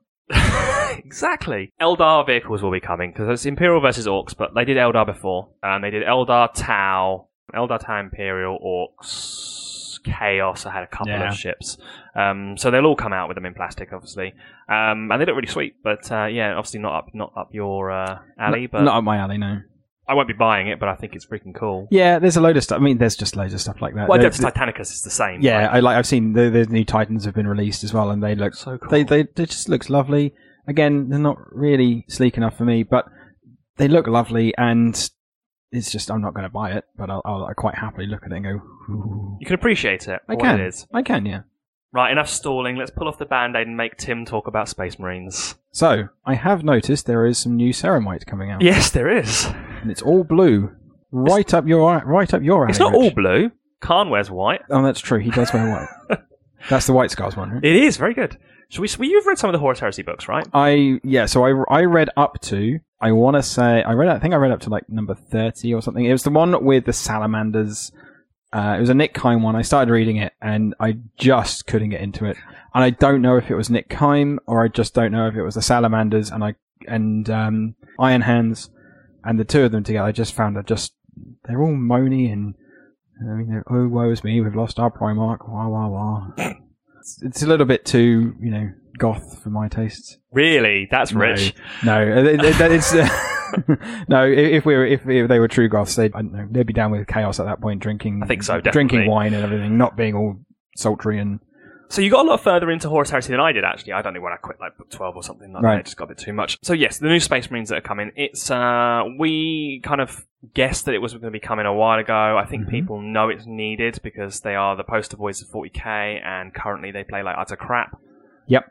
A: exactly. Eldar vehicles will be coming because it's Imperial versus Orcs, but they did Eldar before, and they did Eldar Tau, Eldar Tau Imperial Orcs. Chaos. I had a couple
B: Yeah.
A: of ships, um, so they'll all come out with them in plastic, obviously, um, and they look really sweet. But uh, yeah, obviously not up, not up your uh, alley.
B: Not-
A: But
B: not up my alley, no.
A: I won't be buying it. But I think it's freaking cool.
B: Yeah, there's a load of stuff. I mean, there's just loads of stuff like that.
A: Well,
B: There-
A: Depths Titanicus is the same.
B: yeah,
A: right?
B: I like. I've seen the, the new Titans have been released as well, and they look
A: so cool.
B: they they they just looks lovely. Again, they're not really sleek enough for me, but they look lovely, and it's just I'm not going to buy it, but I'll, I'll quite happily look at it and go. "Ooh."
A: you can appreciate it.
B: I
A: for
B: can.
A: What it is.
B: I can, yeah.
A: Right, enough stalling. Let's pull off the band aid and make Tim talk about Space Marines.
B: So, I have noticed there is some new Ceramite coming out.
A: Yes, there is.
B: And it's all blue. Right up your right up your alley.
A: It's not all
B: Rich.
A: blue. Khan wears white.
B: Oh, that's true. He does wear white. that's the White Scars one, right?
A: It is very good. Should we? Well, you've read some of the Horus Heresy books, right?
B: I yeah, so I I read up to I want to say I read I think I read up to like number 30 or something. It was the one with the salamanders. Uh, it was a Nick Kime one. I started reading it and I just couldn't get into it. And I don't know if it was Nick Kime or I just don't know if it was the salamanders and I and um, Iron Hands and the two of them together. I just found I just they're all moany and I mean, they're, oh woe is me, we've lost our Primarch. Wah wah wah. it's, it's a little bit too you know goth for my tastes.
A: Really? That's rich.
B: No, no, it- it- that- it's uh, no. i- If we were, if, if they were true goths, they I don't know, they'd be down with chaos at that point, drinking.
A: I think so,
B: Drinking
A: definitely.
B: wine and everything, not being all sultry and
A: So you got a lot further into Horus Heresy than I did. Actually, I don't know when I quit, like book twelve or something. Like that.
B: Right.
A: It just got a bit too much. So yes, the new Space Marines that are coming. It's uh, we kind of guessed that it was going to be coming a while ago. I think
B: Mhm.
A: people know it's needed because they are the poster boys of 40k, and currently they play like utter crap.
B: Yep.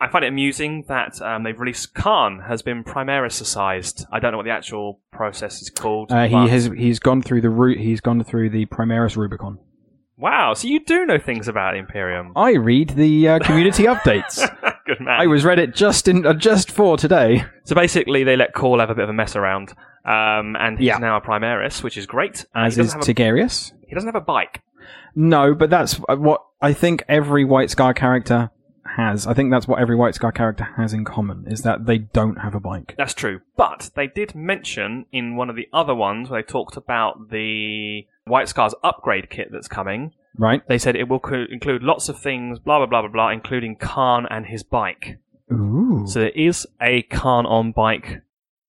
A: I find it amusing that um, they've released Khan has been Primarisicized. I don't know what the actual process is called.
B: uh, he
A: but-
B: has he's gone through the route. He's gone through the Primaris Rubicon.
A: Wow, so you do know things about Imperium.
B: I read the uh, community updates.
A: Good man.
B: Oh, I was read it just in uh, just for today.
A: So basically, they let Call have a bit of a mess around, um, and he's
B: Yeah.
A: now a Primaris, which is great. Uh,
B: As
A: he,
B: is
A: doesn't have a,
B: Tigarius.
A: he doesn't have a bike.
B: No, but that's uh, what I think every White Scar character has. I think that's what every White Scar character has in common is that they don't have a bike.
A: That's true. But they did mention in one of the other ones where they talked about the White Scar's upgrade kit that's coming.
B: Right?
A: They said it will co- include lots of things, blah, blah, blah, blah, blah, including Khan and his bike.
B: Ooh.
A: So there is a Khan on bike.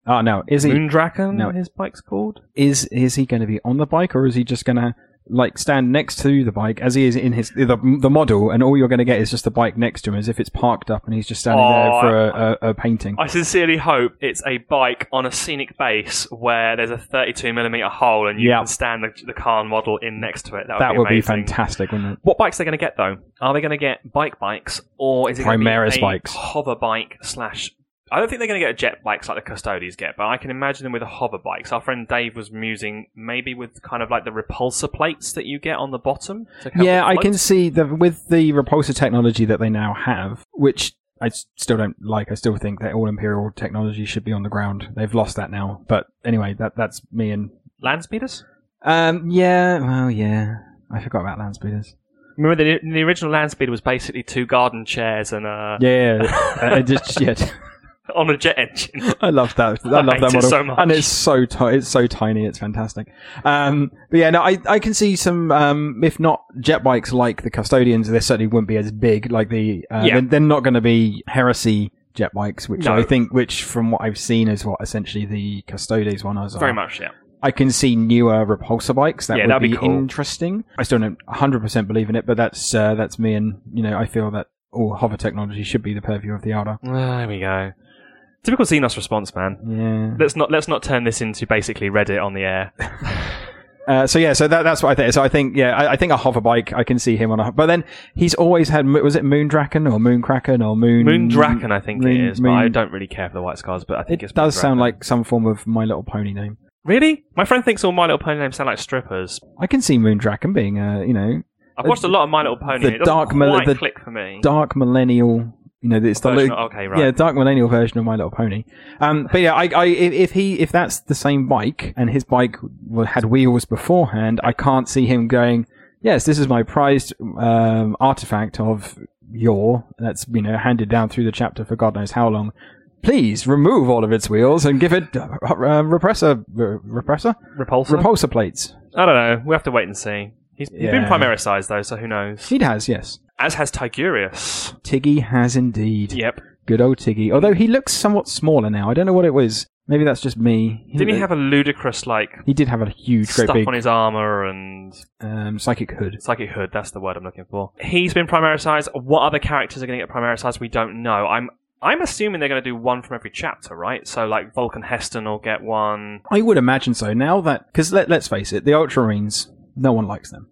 B: oh no, is he
A: Moondragon?
B: No.
A: His bike's called?
B: is is he going to be on the bike or is he just going to like stand next to the bike as he is in his the, the model and all you're going to get is just the bike next to him as if it's parked up and he's just standing
A: Oh,
B: there for a, a, a painting
A: I sincerely hope it's a bike on a scenic base where there's a 32mm hole and you
B: Yeah.
A: can stand the, the Khan model in next to it. That would,
B: that
A: be,
B: would be
A: amazing.
B: fantastic wouldn't it
A: What bikes are they going to get though? Are they going to get bike bikes or is it going to be
B: Primaris
A: a
B: bikes.
A: hover bike slash? I don't think they're going to get jet bikes like the custodians get, but I can imagine them with a hover bikes. Our friend Dave was musing maybe with kind of like the repulsor plates that you get on the bottom. to help
B: yeah
A: it
B: i
A: float.
B: can see that with the repulsor technology that they now have which i s- still don't like i still think that all imperial technology should be on the ground they've lost that now but anyway that that's me and
A: land speeders.
B: um yeah well yeah i forgot about land speeders
A: Remember the, the original land speeder was basically two garden chairs and a
B: yeah uh, just yeah
A: on a jet engine.
B: I love that. I,
A: I
B: love
A: hate
B: that
A: it
B: model,
A: so much.
B: and it's so ti- it's so tiny. It's fantastic. Um, but yeah, no, I, I can see some. Um, if not jet bikes like the custodians, they certainly wouldn't be as big. Like the uh,
A: Yeah.
B: they're, they're not going to be heresy jet bikes, which
A: No.
B: I think, which from what I've seen, is what essentially the custodians one is.
A: Very much, yeah.
B: I can see newer repulsor bikes. That
A: Yeah,
B: would
A: that'd be
B: be,
A: cool.
B: interesting. I still don't 100% believe in it, but that's uh, that's me, and you know, I feel that all hover technology should be the purview of the Elder.
A: Ah, There we go. Typical Xenos response, man.
B: Yeah.
A: Let's not let's not turn this into basically Reddit on the air.
B: Uh, so yeah, so that, that's what I think. So I think yeah, I, I think a hover bike. I can see him on a. But then he's always had. mo- Was it Moondraken or Moonkraken or Moon
A: Moondraken, I think
B: Moon-
A: it is, but I
B: Moon-
A: don't really care for the White Scars, but I think it's
B: It does
A: Moondraken.
B: sound like some form of My Little Pony name.
A: Really? My friend thinks all My Little Pony names sound like strippers.
B: I can see Moondraken being a you know
A: I've
B: Uh,
A: watched a lot of My Little Pony.
B: the
A: and it doesn't
B: dark
A: quite
B: mil- the
A: click for me.
B: dark millennial. You know, it's the
A: Version-
B: look-
A: okay, right.
B: yeah dark millennial version of My Little Pony. Um, but yeah, I, I if, if he if that's the same bike and his bike w- had wheels beforehand, I can't see him going. Yes, this is my prized um, artifact of yore that's you know handed down through the chapter for God knows how long. Please remove all of its wheels and give it uh, uh, repressor re- repressor
A: Repulsor?
B: repulsor plates.
A: I don't know. We have to wait and see. He's, he's been
B: Yeah.
A: primarisized, though, so who knows?
B: He has yes.
A: As has Tigurius.
B: Tiggy has indeed.
A: Yep.
B: Good old Tiggy. Although he looks somewhat smaller now. I don't know what it was. Maybe that's just me.
A: Didn't he have a ludicrous, like,
B: He did have a huge, great
A: stuff
B: big
A: on his armor and
B: um, psychic hood.
A: Psychic Hood, that's the word I'm looking for. He's been primarisized. What other characters are going to get primarisized? We don't know. I'm I'm assuming they're going to do one from every chapter, right? So like Vulcan Heston will get one.
B: I would imagine so. Now that because let, let's face it, the Ultramarines, no one likes them.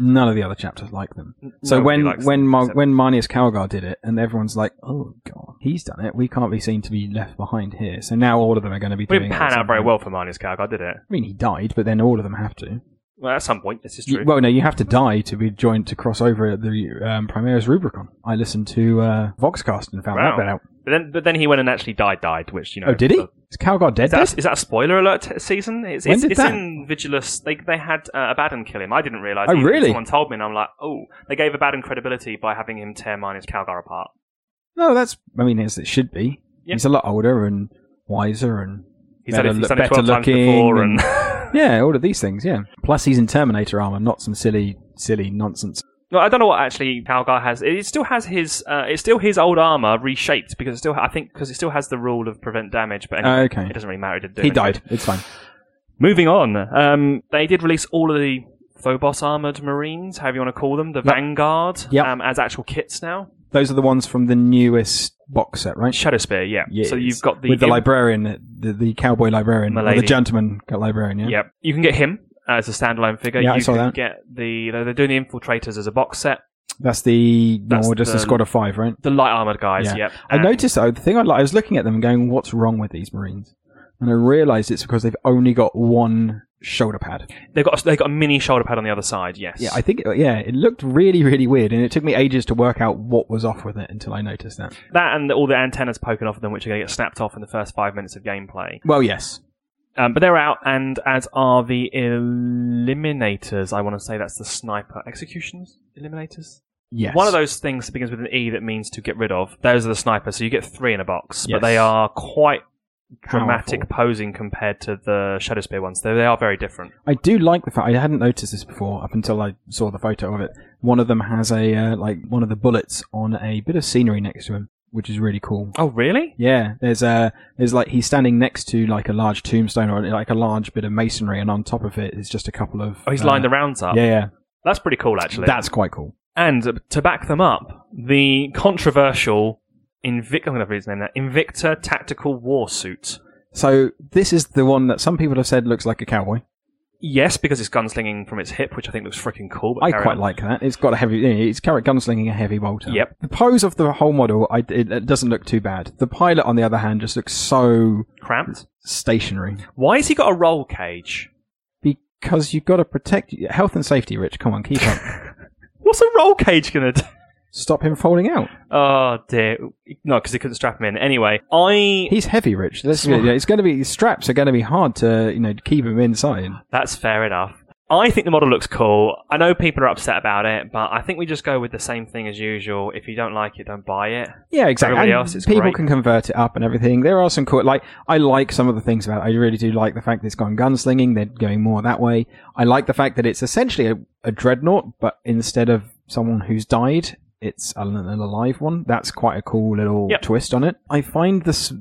B: None of the other chapters like them. So
A: Nobody
B: when
A: likes
B: when
A: them,
B: Mar-
A: except-
B: when Marnius Calgar did it, and everyone's like, "Oh god, he's done it. We can't be seen to be left behind here." So now all of them are going to be
A: we
B: doing
A: didn't
B: it at
A: pan
B: some
A: out very
B: point.
A: well for Marnius Calgar, did it?
B: I mean, he died, but then all of them have to.
A: Well, at some point, this is
B: You-
A: true.
B: well, no, you have to die to be joined to cross over at the um, Primaris Rubicon. I listened to uh, Voxcast and found
A: Wow.
B: that bit out.
A: but then but then he went and actually died, died, which you know.
B: Oh, did he?
A: Is
B: Is Calgar dead?
A: that,
B: dead?
A: is that a spoiler alert t- season? It's,
B: When
A: it's,
B: did
A: it's
B: that?
A: in Vigilus. They they had uh, Abaddon kill him. I didn't realize.
B: Oh, really?
A: Someone told me, and I'm like, oh, they gave Abaddon credibility by having him tear Marnius Calgar apart.
B: No, that's. I mean, as it should be.
A: Yeah.
B: He's a lot older and wiser and
A: He's done it, he's
B: better look-
A: done it
B: better
A: twelve times
B: looking
A: before, and
B: yeah, all of these things. Yeah. Plus, he's in Terminator armor, not some silly, silly nonsense.
A: No, I don't know what actually Calgar has. It still has his. Uh, it's still his old armor reshaped because it still. I think because it still has the rule of prevent damage. But anyway,
B: Uh, okay.
A: it doesn't really matter. It didn't do
B: He
A: anything.
B: died. It's fine.
A: Moving on. Um, they did release all of the Phobos armored marines, however you want to call them, the Vanguard,
B: Yep.
A: um, as actual kits now.
B: Those are the ones from the newest box set, right?
A: Shadow Spear, yeah.
B: Yes.
A: So you've got the
B: with the
A: Im-
B: librarian, the, the cowboy librarian, or the
A: Milady.
B: gentleman librarian. Yeah.
A: Yep. You can get him as a standalone figure.
B: Yeah, I
A: you
B: saw
A: can
B: that.
A: get the they're doing the infiltrators as a box set.
B: That's the
A: That's
B: no, just
A: the-
B: a squad of five, right?
A: The light armored guys,
B: Yeah.
A: yep.
B: I
A: And-
B: noticed though the thing I like, I was looking at them and going, "What's wrong with these Marines?" And I realised it's because they've only got one shoulder pad.
A: They've got a, they've got a mini shoulder pad on the other side. Yes.
B: Yeah, I think yeah, it looked really really weird, and it took me ages to work out what was off with it until I noticed that.
A: that and all the antennas poking off of them, which are going to get snapped off in the first five minutes of gameplay.
B: Well, yes,
A: Um, but they're out, and as are the eliminators. I want to say that's the sniper executions eliminators.
B: yes.
A: One of those things that begins with an E that means to get rid of. Those are the snipers. So you get three in a box,
B: Yes.
A: but they are quite dramatic
B: Powerful.
A: posing compared to the Shadow Spear ones. They, they are very different.
B: I do like the fact I hadn't noticed this before up until I saw the photo of it. One of them has a uh, like one of the bullets on a bit of scenery next to him, which is really cool.
A: Oh, really?
B: Yeah, there's a there's like he's standing next to like a large tombstone or like a large bit of masonry, and on top of it is just a couple of.
A: Oh, he's
B: uh,
A: lined the rounds up.
B: Yeah, yeah,
A: That's pretty cool, actually.
B: that's quite cool.
A: And uh, to back them up, the controversial Invic- I'm going to read his name now. Invicta Tactical War Suit.
B: So this is the one that some people have said looks like a cowboy.
A: Yes, because it's gunslinging from its hip, which I think looks freaking cool. But
B: I
A: carry
B: quite
A: on.
B: like that. It's got a heavy. yeah, It's got a gunslinging a heavy bolter.
A: Yep.
B: The pose of the whole model, I, it, it doesn't look too bad. The pilot, on the other hand, just looks so
A: cramped.
B: stationary
A: Why has he got a roll cage?
B: because you've got to protect health and safety. Rich, come on, keep up.
A: What's a roll cage going to do?
B: Stop him falling out.
A: Oh dear, no, because he couldn't strap him in. Anyway, I
B: He's heavy, Rich. That's, yeah, it's going to be his straps are going to be hard to you know keep him inside.
A: that's fair enough. I think the model looks cool. I know people are upset about it, but I think we just go with the same thing as usual. If you don't like it, don't buy it.
B: Yeah, exactly.
A: Everybody
B: And
A: else is
B: people
A: great.
B: can convert it up and everything. There are some cool, like I like some of the things about. it. I really do like the fact that it's gone gunslinging. They're going more that way. I like the fact that it's essentially a, a dreadnought, but instead of someone who's died, it's an, an alive one. That's quite a cool little
A: Yep.
B: twist on it. I find this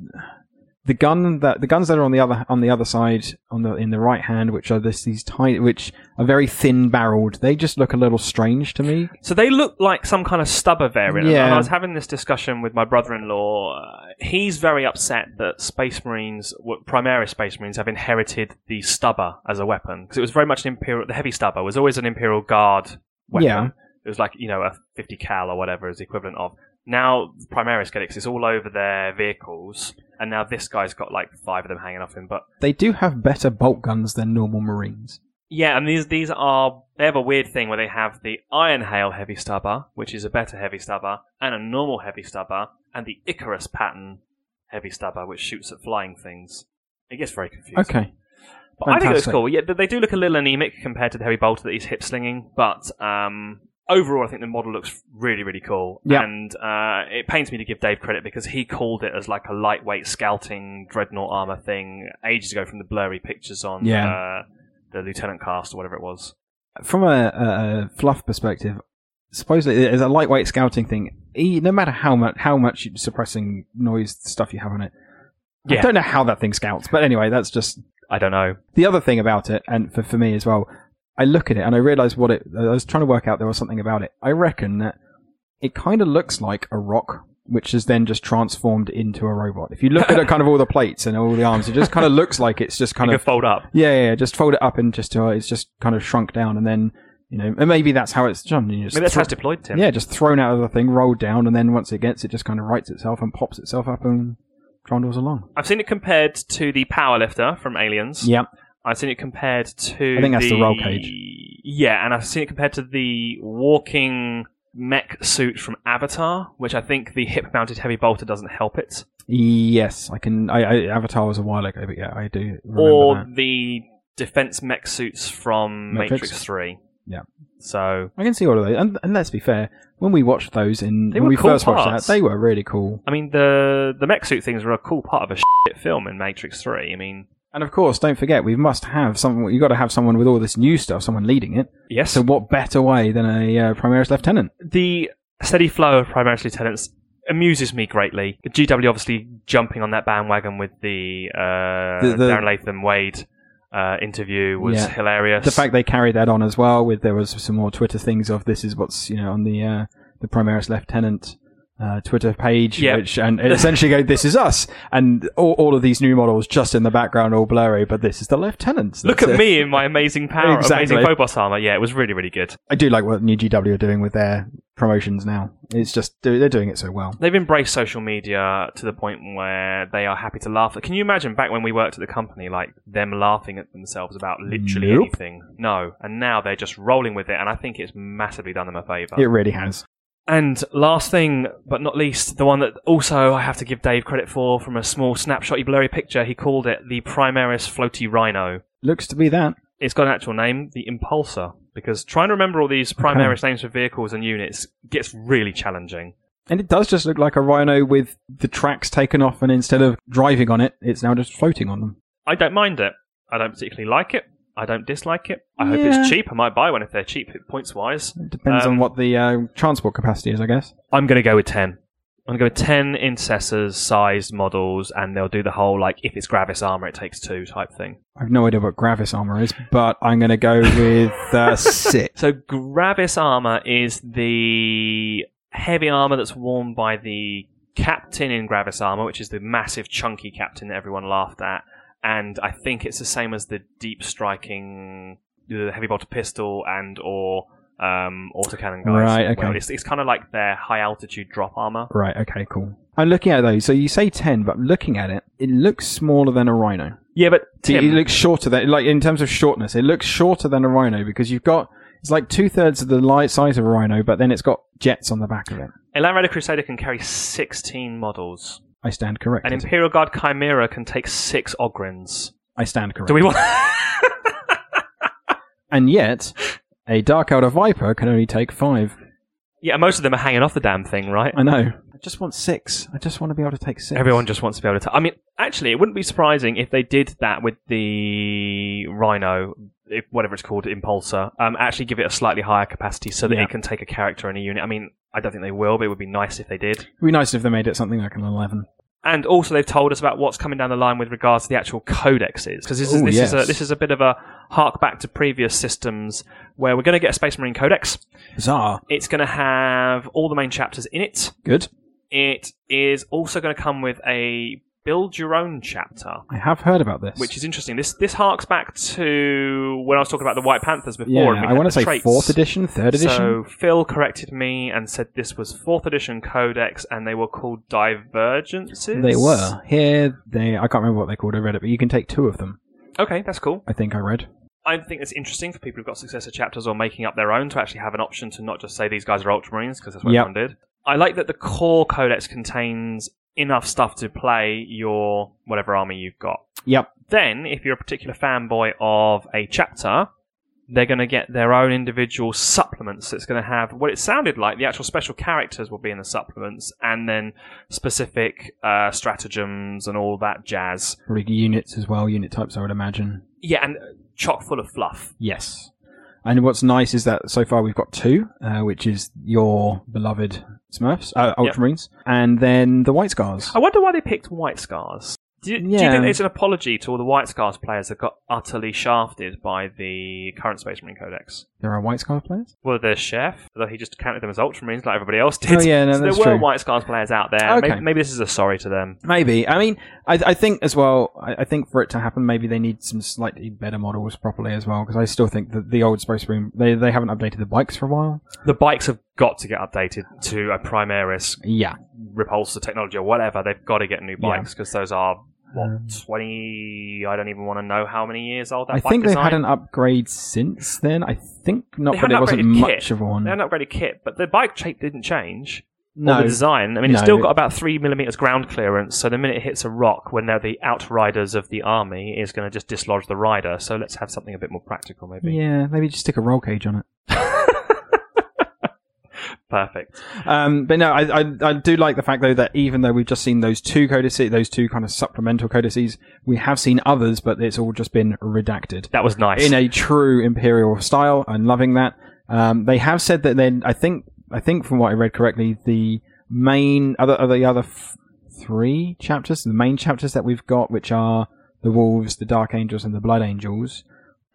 B: the gun that the guns that are on the other on the other side on the in the right hand, which are this these tiny, which are very thin barreled. They just look a little strange to me.
A: So they look like some kind of stubber variant.
B: Yeah.
A: And I was having this discussion with my brother-in-law. Uh, He's very upset that Space Marines, well, Primaris Space Marines, have inherited the stubber as a weapon because it was very much an imperial. The heavy stubber was always an Imperial Guard weapon.
B: Yeah.
A: It was like you know a 50 cal or whatever is the equivalent of. Now Primaris get it 'cause it's all over their vehicles, and now this guy's got like five of them hanging off him. But
B: They do have better bolt guns than normal Marines.
A: yeah, and these these are they have a weird thing where they have the Iron Hail heavy stubber, which is a better heavy stubber, and a normal heavy stubber, and the Icarus pattern heavy stubber, which shoots at flying things. It gets very confusing.
B: Okay.
A: but I think it's
B: fantastic.
A: cool. Yeah, they do look a little anemic compared to the heavy bolter that he's hip slinging, but um, overall, I think the model looks really really cool.
B: Yeah.
A: and uh, it pains me to give Dave credit because he called it as like a lightweight scouting dreadnought armor thing ages ago from the blurry pictures on.
B: Yeah.
A: Uh, the lieutenant cast or whatever it was.
B: from a, a, a fluff perspective, supposedly as a lightweight scouting thing, e- no matter how much how much suppressing noise stuff you have on it, I
A: Yeah.
B: don't know how that thing scouts. But anyway, that's just
A: I don't know.
B: the other thing about it, and for for me as well. I look at it and I realize what it. I was trying to work out there was something about it. I reckon that it kind of looks like a rock. Which is then just transformed into a robot. If you look at it, kind of all the plates and all the arms, it just kind of looks like it's just kind
A: you
B: of
A: can fold up.
B: Yeah, yeah, yeah, just fold it up and just uh, it's just kind of shrunk down, and then you know, and maybe that's how it's done. You just
A: Maybe that's
B: thro-
A: how it's deployed, Tim.
B: yeah, just thrown out of the thing, rolled down, and then once it gets, it just kind of rights itself and pops itself up and trundles along.
A: I've seen it compared to the powerlifter from Aliens.
B: Yeah,
A: I've seen it compared to.
B: I think that's the roll cage.
A: Yeah, and I've seen it compared to the walking mech suit from Avatar, which I think the hip mounted heavy bolter doesn't help it.
B: yes, I can. I, I Avatar was a while ago, but yeah, I do remember
A: or
B: that.
A: the defense mech suits from
B: Matrix?
A: Matrix, 3.
B: Yeah.
A: So,
B: I can see all of those, and, and let's be fair, when we watched those in
A: They
B: when
A: were
B: we
A: cool
B: first watched
A: parts.
B: that, they were really cool.
A: I mean, the the mech suit things were a cool part of a shit film in Matrix 3. I mean,
B: And of course, don't forget, we must have someone. You got to have someone with all this new stuff, someone leading it.
A: yes.
B: So, what better way than a uh, Primaris lieutenant?
A: the steady flow of Primaris Lieutenants amuses me greatly. GW obviously jumping on that bandwagon with the, uh,
B: The- the-
A: Darren Latham Wade uh, interview was
B: Yeah.
A: hilarious.
B: the fact they carried that on as well with there was some more twitter things of this is what's you know on the uh, the primaris lieutenant uh, Twitter page,
A: Yep.
B: which and it essentially go, "This is us," and all, all of these new models just in the background, all blurry. But this is the lieutenants.
A: Look
B: That's
A: at
B: it.
A: me in my amazing power,
B: Exactly.
A: amazing Phobos armor. Yeah, it was really, really good.
B: I do like what New GW are doing with their promotions now. It's just they're doing it so well.
A: They've embraced social media to the point where they are happy to laugh. at Can you imagine back when we worked at the company, like them laughing at themselves about literally
B: Nope.
A: anything? No. And now they're just rolling with it, and I think it's massively done them a favor.
B: It really has.
A: And last thing, but not least, the one that also I have to give Dave credit for from a small snapshotty blurry picture, he called it the Primaris Floaty Rhino.
B: Looks to be that.
A: It's got an actual name, the Impulsor, because trying to remember all these Primaris names for vehicles and units gets really challenging.
B: And it does just look like a rhino with the tracks taken off, and instead of driving on it, it's now just floating on them.
A: I don't mind it. I don't particularly like it. I don't dislike it. I hope
B: Yeah.
A: it's cheap. I might buy one if they're cheap, points wise.
B: It depends
A: Um,
B: on what the uh, transport capacity is, I guess.
A: I'm going to go with 10. I'm going to go with 10 incessors, sized models, and they'll do the whole, like, if it's Gravis armor, it takes two type thing.
B: I've no idea what Gravis armor is, but I'm going to go with uh, six.
A: So Gravis armor is the heavy armor that's worn by the captain in Gravis armor, which is the massive chunky captain that everyone laughed at. And I think it's the same as the deep striking, the heavy bolter pistol and or um, autocannon guys.
B: Right,
A: as
B: okay.
A: well. It's, it's kind of like their high altitude drop armor.
B: Right, okay, cool. I'm looking at those. So you say 10, but looking at it, it looks smaller than a rhino.
A: Yeah, but
B: So
A: Tim,
B: It looks shorter than, like, in terms of shortness, it looks shorter than a rhino because you've got, it's like two thirds of the light size of a rhino, but then it's got jets on the back of it.
A: a Land Raider Crusader can carry 16 models.
B: I stand corrected.
A: An Imperial Guard Chimera can take six Ogrins.
B: I stand corrected.
A: Do we want...
B: and yet, a Dark Elder Viper can only take five.
A: yeah, most of them are hanging off the damn thing, right?
B: I know. I just want six. I just want to be able to take six.
A: Everyone just wants to be able to. I mean, actually, it wouldn't be surprising if they did that with the Rhino, if, whatever it's called, Impulsor. Um, actually, give it a slightly higher capacity so that
B: Yeah.
A: it can take a character and a unit. I mean, I don't think they will, but it would be nice if they did.
B: It'd be nice if they made it something like an 11.
A: And also, they've told us about what's coming down the line with regards to the actual codexes, because this is
B: Ooh,
A: this is a
B: yes.
A: this is a bit of a hark back to previous systems where we're going to get a Space Marine codex.
B: Bizarre.
A: It's going to have all the main chapters in it.
B: Good.
A: It is also going to come with a build your own chapter.
B: I have heard about this.
A: which is interesting. This this harks back to when I was talking about the White Panthers before.
B: yeah,
A: and we
B: I
A: had
B: want to
A: the
B: say
A: traits.
B: fourth edition, third edition.
A: So Phil corrected me and said this was fourth edition codex, and they were called divergences.
B: they were here. They I can't remember what they called. I read it, but you can take two of them.
A: okay. That's cool.
B: I think I read.
A: I think it's interesting for people who've got successor chapters or making up their own to actually have an option to not just say these guys are Ultramarines because that's what
B: Yep.
A: everyone did. I like that the core codex contains enough stuff to play your whatever army you've got.
B: Yep.
A: Then, if you're a particular fanboy of a chapter, they're going to get their own individual supplements. It's going to have what it sounded like the actual special characters will be in the supplements, and then specific uh, stratagems and all that jazz.
B: Probably units as well, unit types. I would imagine.
A: Yeah, and uh, chock full of fluff.
B: Yes. And what's nice is that so far we've got two, uh, which is your beloved Smurfs, uh,
A: Yep. Oh.
B: Ultramarines, and then the White Scars.
A: I wonder why they picked White Scars. Do you, do you
B: Yeah.
A: think it's an apology to all the White Scars players that got utterly shafted by the current Space Marine Codex?
B: There are White Scar players.
A: Well, the chef, although he just counted them as Ultramarines like everybody else did.
B: Oh, yeah, no,
A: so
B: that's
A: there were
B: true.
A: White Scars players out there. Maybe-
B: Okay.
A: Maybe, this is a sorry to them.
B: Maybe. I mean, I, I think as well. I, I think for it to happen, maybe they need some slightly better models properly as well. Because I still think that the old Space Marine, they they haven't updated the bikes for a while.
A: The bikes have got to get updated to a Primaris
B: Yeah.
A: repulsor technology or whatever. They've got to get new
B: Yeah.
A: bikes because those are what
B: Um,
A: twenty. I don't even want to know how many years old that.
B: I
A: bike
B: think they've
A: design.
B: had an upgrade since then. I think not,
A: They
B: but
A: had
B: it wasn't
A: upgraded
B: much
A: kit.
B: of one.
A: They had an upgraded kit, but the bike shape didn't change. or
B: no,
A: the design. I mean, it's
B: No,
A: still
B: it-
A: got about three millimeters ground clearance. So the minute it hits a rock, when they're the outriders of the army, is going to just dislodge the rider. So let's have something a bit more practical, maybe.
B: yeah, maybe just stick a roll cage on it.
A: Perfect.
B: Um, but no, I, I I do like the fact though that even though we've just seen those two codices, those two kind of supplemental codices, we have seen others, but it's all just been redacted
A: That was nice.
B: in a true imperial style. I'm loving that. Um, they have said that then I think I think from what I read correctly, the main other other the other f- three chapters, the main chapters that we've got, which are the wolves, the dark angels, and the blood angels,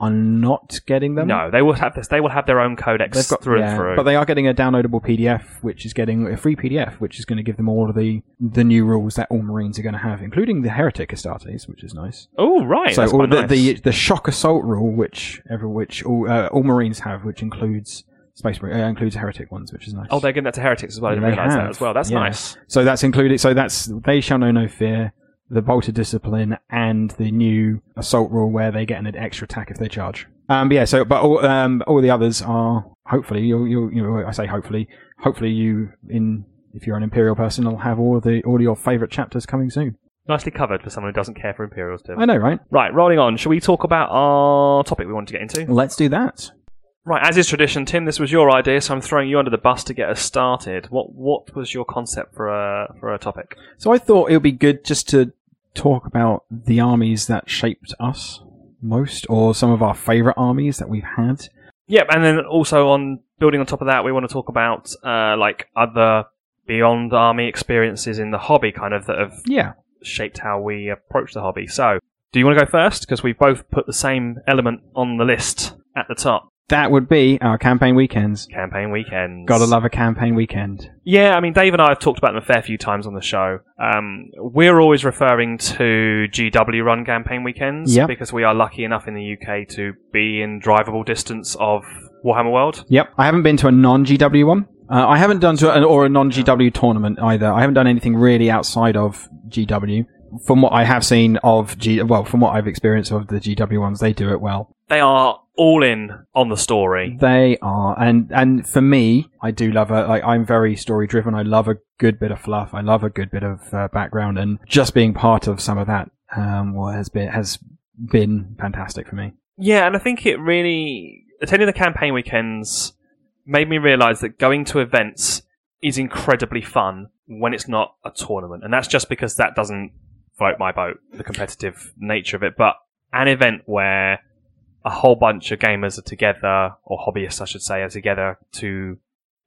B: are not getting them.
A: No, they will have this. They will have their own codecs
B: They've got
A: through
B: yeah,
A: and through.
B: but they are getting a downloadable PDF, which is getting a free PDF, which is going to give them all of the the new rules that all Marines are going to have, including the Heretic Astartes, which is nice.
A: oh right,
B: so
A: that's
B: all
A: quite
B: the,
A: nice.
B: the the shock assault rule, which every which all uh, all Marines have, which includes Space Marine, uh, includes Heretic ones, which is nice.
A: oh, they're giving that to heretics as well. I didn't
B: They
A: realize that
B: have,
A: as well. That's
B: yeah.
A: nice.
B: So that's included. So that's they shall know no fear, the bolter discipline, and the new assault rule where they get an extra attack if they charge. Um, but yeah. So, but all, um, all the others are hopefully you'll, you'll you know I say hopefully hopefully you in if you're an imperial person will have all the all your favorite chapters coming soon.
A: Nicely covered for someone who doesn't care for Imperials, Tim.
B: I know, right?
A: Right, rolling on. Shall we talk about our topic we wanted to get into?
B: Let's do that.
A: Right, as is tradition, Tim, this was your idea, so I'm throwing you under the bus to get us started. What what was your concept for a for a topic?
B: So I thought it would be good just to talk about the armies that shaped us most, or some of our favorite armies that we've had.
A: Yep, and then also on building on top of that, we want to talk about uh, like other beyond army experiences in the hobby, kind of that have
B: Yeah.
A: shaped how we approach the hobby. So, do you want to go first? Because we both put the same element on the list at the top.
B: That would be our campaign weekends.
A: Campaign weekends.
B: Gotta love a campaign weekend.
A: Yeah, I mean, Dave and I have talked about them a fair few times on the show. Um, we're always referring to GW run campaign weekends
B: Yep.
A: because we are lucky enough in the UK to be in drivable distance of Warhammer World.
B: Yep, I haven't been to a non GW one. Uh, I haven't done to an, or a non GW tournament either. I haven't done anything really outside of GW. From what I have seen of G, well, from what I've experienced of the GW ones, they do it well.
A: They are all in on the story.
B: They are, and and for me, I do love a like I'm very story driven. I love a good bit of fluff. I love a good bit of uh, background, and just being part of some of that um, well, has been has been fantastic for me.
A: Yeah, and I think it really attending the campaign weekends made me realize that going to events is incredibly fun when it's not a tournament, and that's just because that doesn't float my boat, the competitive nature of it. But an event where a whole bunch of gamers are together, or hobbyists, I should say, are together to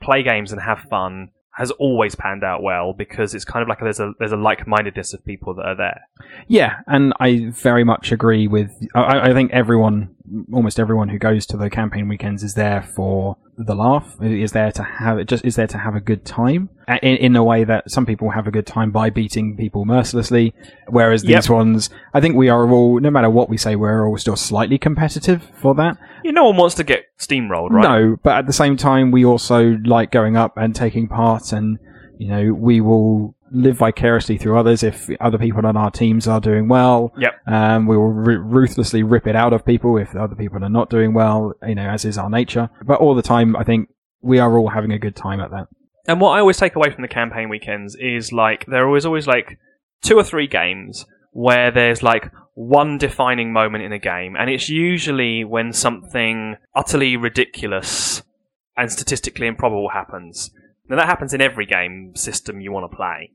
A: play games and have fun has always panned out well because it's kind of like there's a there's a like-mindedness of people that are there.
B: Yeah, and I very much agree with. I, I think everyone, almost everyone who goes to the campaign weekends, is there for the laugh. Is there to have it? Just is there to have a good time uh, in, in a way that some people have a good time by beating people mercilessly, whereas these
A: Yep.
B: ones, I think we are all, no matter what we say, we're all still slightly competitive for that.
A: You know, no one wants to get steamrolled, right?
B: No, but at the same time, we also like going up and taking part, and you know, we will live vicariously through others if other people on our teams are doing well.
A: Yep.
B: Um, we will ru- ruthlessly rip it out of people if other people are not doing well. You know, as is our nature. But all the time, I think we are all having a good time at that.
A: And what I always take away from the campaign weekends is like there are always always like two or three games where there's like one defining moment in a game, and it's usually when something utterly ridiculous and statistically improbable happens. Now that happens in every game system you want to play.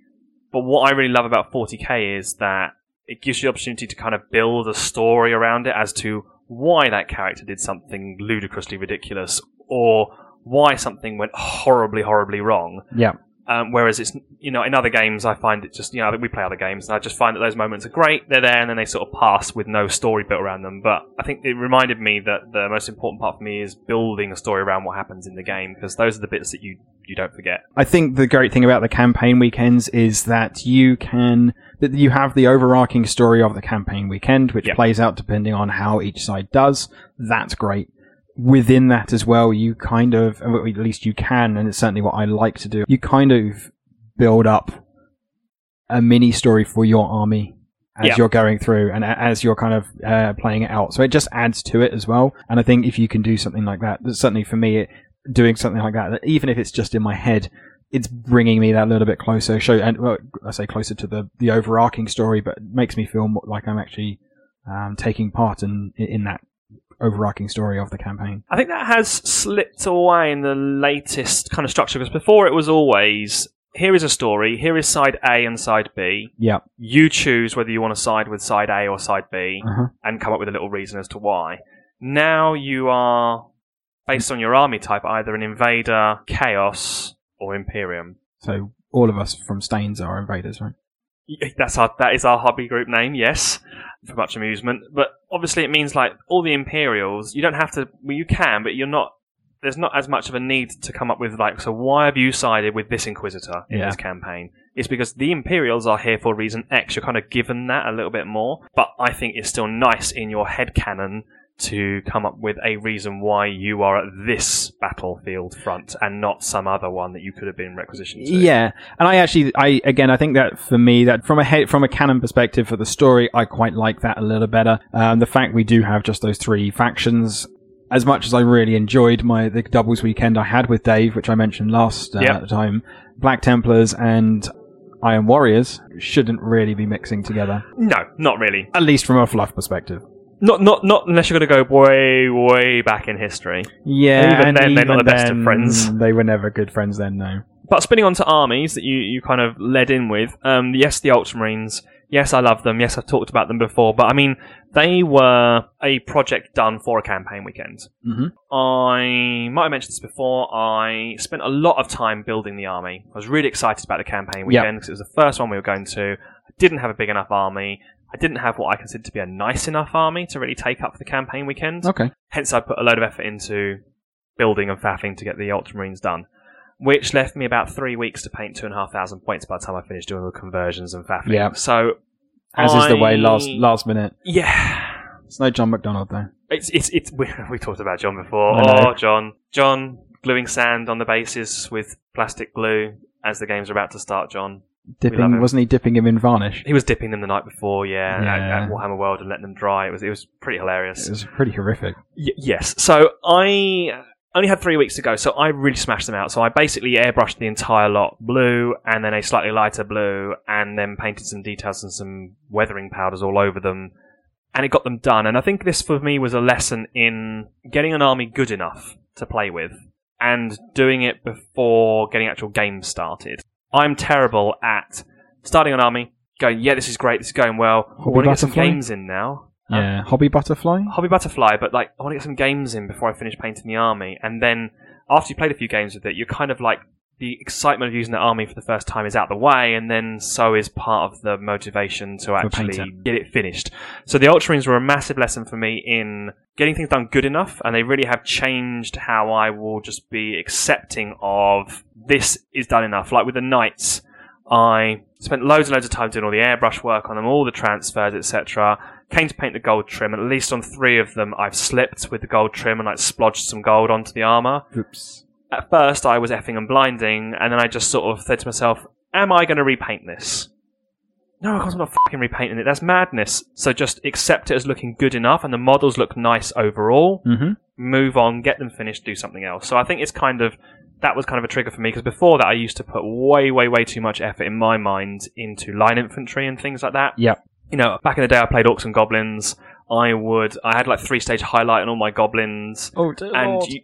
A: But what I really love about 40k is that it gives you the opportunity to kind of build a story around it as to why that character did something ludicrously ridiculous or why something went horribly, horribly wrong.
B: Yeah.
A: Um, whereas it's you know in other games I find it just you know we play other games and I just find that those moments are great they're there and then they sort of pass with no story built around them but I think it reminded me that the most important part for me is building a story around what happens in the game because those are the bits that you you don't forget
B: I think the great thing about the campaign weekends is that you can that you have the overarching story of the campaign weekend, which
A: Yeah.
B: plays out depending on how each side does. That's great. Within that as well, you kind of, or at least you can, and it's certainly what I like to do. You kind of build up a mini story for your army as
A: Yeah.
B: you're going through and a- as you're kind of uh, playing it out. So it just adds to it as well. And I think if you can do something like that, certainly for me, it, doing something like that, even if it's just in my head, it's bringing me that little bit closer. Show and well, I say closer to the the overarching story, but it makes me feel more like I'm actually um, taking part in in that overarching story of the campaign.
A: I think that has slipped away in the latest kind of structure because before it was always here is a story here is side A and side B
B: Yeah,
A: you choose whether you want to side with side A or side B
B: Uh-huh.
A: and come up with a little reason as to why. Now you are based on your army type, either an invader, chaos, or Imperium.
B: so all of us from Staines are invaders, right?
A: That's our that is our hobby group name, yes, for much amusement. But obviously, it means like all the Imperials. You don't have to. Well, you can, but you're not. There's not as much of a need to come up with like. So why have you sided with this Inquisitor in
B: Yeah.
A: this campaign? It's because the Imperials are here for reason X. You're kind of given that a little bit more, but I think it's still nice in your head canon to come up with a reason why you are at this battlefield front and not some other one that you could have been requisitioned to.
B: Yeah, and I actually, I again, I think that for me, that from a he- from a canon perspective for the story, I quite like that a little better. Um, the fact we do have just those three factions. As much as I really enjoyed my the doubles weekend I had with Dave, which I mentioned last uh,
A: Yep.
B: time, Black Templars and Iron Warriors shouldn't really be mixing together,
A: No, not really.
B: at least from a fluff perspective.
A: Not not not unless you're going to go way way back in history.
B: Yeah,
A: Even
B: and
A: then, they're not the
B: even
A: best of
B: then,
A: friends.
B: They were never good friends then, no.
A: But spinning on to armies that you you kind of led in with. Um, yes, the Ultramarines. Yes, I love them. Yes, I've talked about them before. But I mean, they were a project done for a campaign weekend.
B: hmm
A: I might have mentioned this before. I spent a lot of time building the army. I was really excited about the campaign
B: Yeah.
A: weekend because it was the first one we were going to. I didn't have a big enough army. I didn't have what I considered to be a nice enough army to really take up for the campaign weekend.
B: Okay.
A: Hence, I put a load of effort into building and faffing to get the Ultramarines done, which left me about three weeks to paint two and a half thousand points by the time I finished doing all the conversions and faffing.
B: Yeah.
A: So,
B: As is the way last
A: I-
B: last minute.
A: yeah,
B: It's no John McDonald though.
A: it's it's it's we, we talked about John before.
B: I know.
A: Oh, John, John gluing sand on the bases with plastic glue as the games are about to start. John, love
B: dipping
A: him.
B: wasn't he dipping him in varnish
A: he was dipping them the night before, yeah, At,
B: Yeah.
A: at Warhammer World and letting them dry. It was it was pretty hilarious.
B: it was pretty horrific
A: Y- yes. So I only had three weeks to go, so I really smashed them out. So I basically airbrushed the entire lot blue and then a slightly lighter blue and then painted some details and some weathering powders all over them. And it got them done. And I think this for me was a lesson in getting an army good enough to play with and doing it before getting actual games started. I'm terrible at starting an army, going, yeah, this is great, this is going well. I
B: Hobby
A: want to get some
B: Butterfly?
A: games in now. Huh?
B: yeah hobby butterfly
A: Hobby Butterfly, but like I want to get some games in before I finish painting the army. And then after you played a few games with it, you're kind of like the excitement of using the army for the first time is out the way, and then so is part of the motivation to
B: paint
A: actually get it finished. So the Ultramarines were a massive lesson for me in getting things done good enough, and they really have changed how I will just be accepting of this is done enough. Like with the Knights, I spent loads and loads of time doing all the airbrush work on them, all the transfers, etc. Came to paint the gold trim. At least on three of them, I've slipped with the gold trim and like splodged some gold onto the armor.
B: oops
A: At first, I was effing and blinding, and then I just sort of said to myself, "Am I going to repaint this?" No, of course I'm not fucking repainting it. That's madness. So just accept it as looking good enough, and the models look nice overall
B: mm-hmm.
A: move on, get them finished, do something else. So I think it's kind of that was kind of a trigger for me because before that I used to put way, way, way too much effort in my mind into line infantry and things like that.
B: Yep.
A: You know, back in the day I played orcs and goblins. I would I had like three stage highlight on all my goblins,
B: oh
A: and you,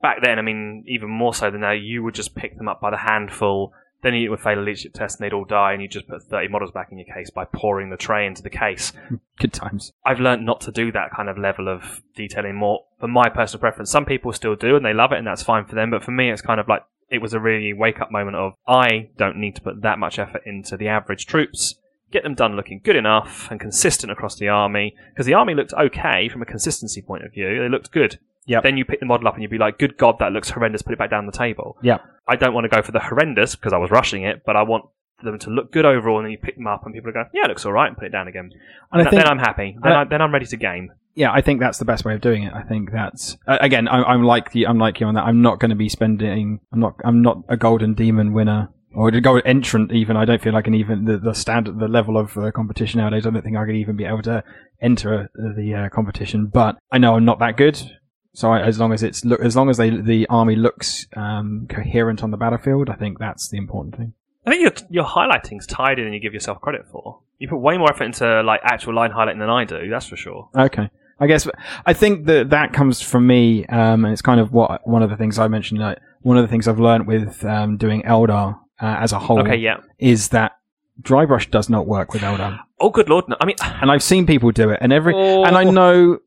A: back then I mean even more so than now you would just pick them up by the handful. Then you would fail a leadership test and they'd all die, and you just put 30 models back in your case by pouring the tray into the case.
B: good times
A: I've learnt not to do that kind of level of detailing more for my personal preference. Some people still do and they love it and that's fine for them, but for me it's kind of like it was a really wake up moment of I don't need to put that much effort into the average troops. Get them done looking good enough and consistent across the army because the army looked okay from a consistency point of view. They looked good.
B: Yep.
A: Then you pick the model up and you'd be like, "Good God, that looks horrendous." Put it back down the table.
B: Yep.
A: I don't want to go for the horrendous because I was rushing it, but I want them to look good overall. And then you pick them up and people are going, "Yeah, it looks all right," and put it down again.
B: and i
A: Th-
B: think
A: then I'm happy. Then, I, then I'm ready to game.
B: yeah i think that's the best way of doing it i think that's uh, again I, i'm like you i'm like you on that i'm not going to be spending i'm not i'm not a golden demon winner or a gold entrant even i don't feel like an even the, the standard the level of uh, competition nowadays i don't think i could even be able to enter the uh, competition but i know i'm not that good so I, as long as it's look as long as they the army looks um, coherent on the battlefield i think that's the important thing
A: I think your your highlighting's tidier than you give yourself credit for. You put way more effort into like actual line highlighting than I do. That's for sure.
B: Okay. I guess I think that that comes from me, um, and it's kind of what one of the things I mentioned. Like, one of the things I've learned with um, doing Eldar uh, as a whole
A: Okay, yeah.
B: is that dry brush does not work with Eldar,
A: Oh, good lord! No, I mean,
B: and I've seen people do it, and every and I
A: Oh.
B: know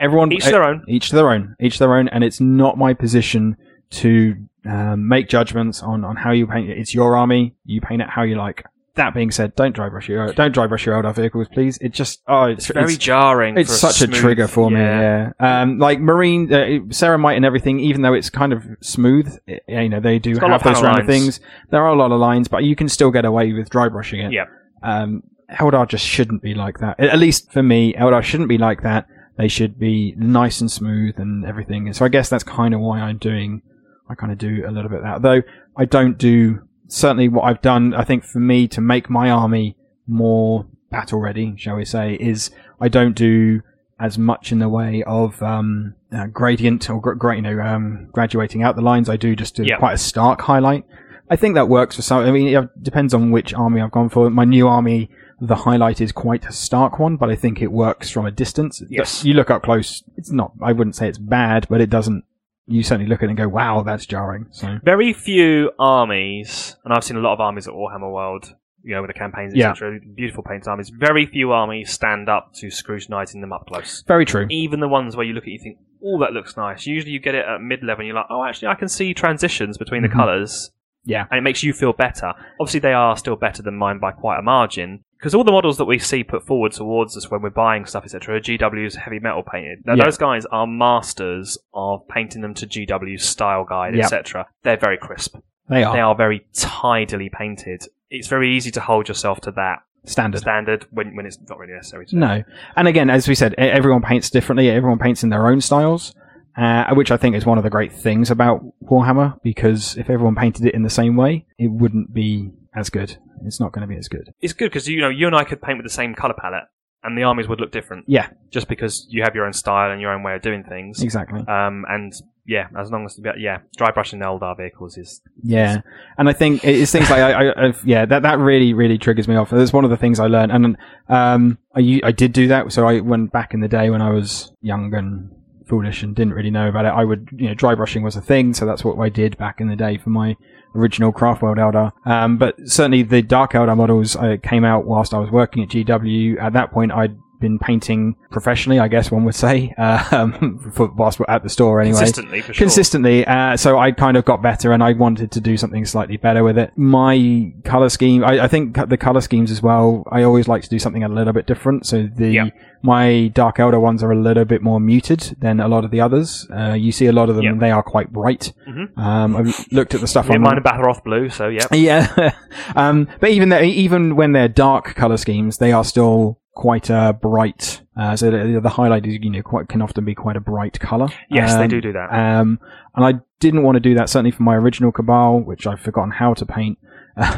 B: everyone
A: each their own.
B: each to their own, each to their own, and it's not my position to um, make judgments on on how you paint it. It's your army, you paint it how you like. that being said, don't dry brush your don't dry brush your old vehicles, please. It just oh,
A: It's very jarring.
B: It's
A: for
B: such a,
A: smooth-
B: trigger for me.
A: yeah.
B: Yeah. Um, like marine uh, ceramite and everything. Even though it's kind of smooth, it, you know they do
A: got a lot
B: have
A: of
B: those
A: panel
B: round
A: lines.
B: things. There are a lot of lines, but you can still get away with dry brushing it.
A: Yeah.
B: Um, Eldar just shouldn't be like that. At at least for me, Eldar shouldn't be like that. They should be nice and smooth and everything. And so I guess that's kind of why I'm doing. I kind of do a little bit of that, though. I don't do certainly what I've done. I think for me to make my army more battle ready, shall we say, is I don't do as much in the way of um, uh, gradient or gr- gra- you know um, graduating out the lines. I do just do
A: Yeah.
B: quite a stark highlight. I think that works for some. I mean, it depends on which army I've gone for. My new army, the highlight is quite a stark one, but I think it works from a distance.
A: Yes.
B: you look up close. It's not. I wouldn't say it's bad, but it doesn't. You certainly look at it and go, "Wow, that's jarring." So
A: Very few armies, and I've seen a lot of armies at Warhammer World, you know, with the campaigns,
B: Yeah.
A: etc. Beautiful paint armies. Very few armies stand up to scrutinizing them up close.
B: very true.
A: Even the ones where you look at it, you think, "Oh, that looks nice." Usually, you get it at mid level, and you're like, "Oh, actually, I can see transitions between the
B: Mhm.
A: colors."
B: Yeah.
A: and it makes you feel better. Obviously, they are still better than mine by quite a margin. Because all the models that we see put forward towards us when we're buying stuff, etc., are GW's heavy metal painted. Now,
B: Yeah.
A: those guys are masters of painting them to GW's style guide,
B: Yeah. Oh.
A: etc. They're very crisp.
B: They are
A: They are very tidily painted. It's very easy to hold yourself to that
B: standard.
A: standard when, when it's not really necessary. To.
B: No. And again, as we said, e- everyone paints differently. Everyone paints in their own styles, uh, which I think is one of the great things about Warhammer, because if everyone painted it in the same way, it wouldn't be as good. It's not going to be as good.
A: It's good because you know you and I could paint with the same color palette, and the armies would look different.
B: Yeah.
A: just because you have your own style and your own way of doing things.
B: Exactly.
A: Um, and yeah, as long as yeah, dry brushing the Eldar vehicles is
B: Yeah, and I think it- it's things like I, I I've, yeah that that really really triggers me off. That's one of the things I learned, and um, I u- I did do that. So I went back in the day when I was young and foolish and didn't really know about it. I would you know dry brushing was a thing, so that's what I did back in the day for my original Craftworld Eldar. Um, but certainly the Dark Eldar models uh, came out whilst I was working at GW. At that point, I'd been painting professionally, I guess one would say, uh, um, for, whilst at the store anyway
A: consistently for sure.
B: consistently. Uh, so I kind of got better, and I wanted to do something slightly better with it. My color scheme, I, I think the color schemes as well. I always like to do something a little bit different. So the
A: Yeah.
B: my Dark Elder ones are a little bit more muted than a lot of the others. Uh, you see a lot of them;
A: Yeah.
B: they are quite bright.
A: Mhm.
B: Um, I've looked at the stuff
A: Yeah,
B: on
A: mine are Bathroth blue, so yeah.
B: yeah, um, but even though, even when they're dark color schemes, they are still quite uh, bright. Uh, so the, the highlight is you know quite can often be quite a bright color.
A: Yes, they do do that.
B: Um, and I didn't want to do that certainly for my original Cabal, which I've forgotten how to paint.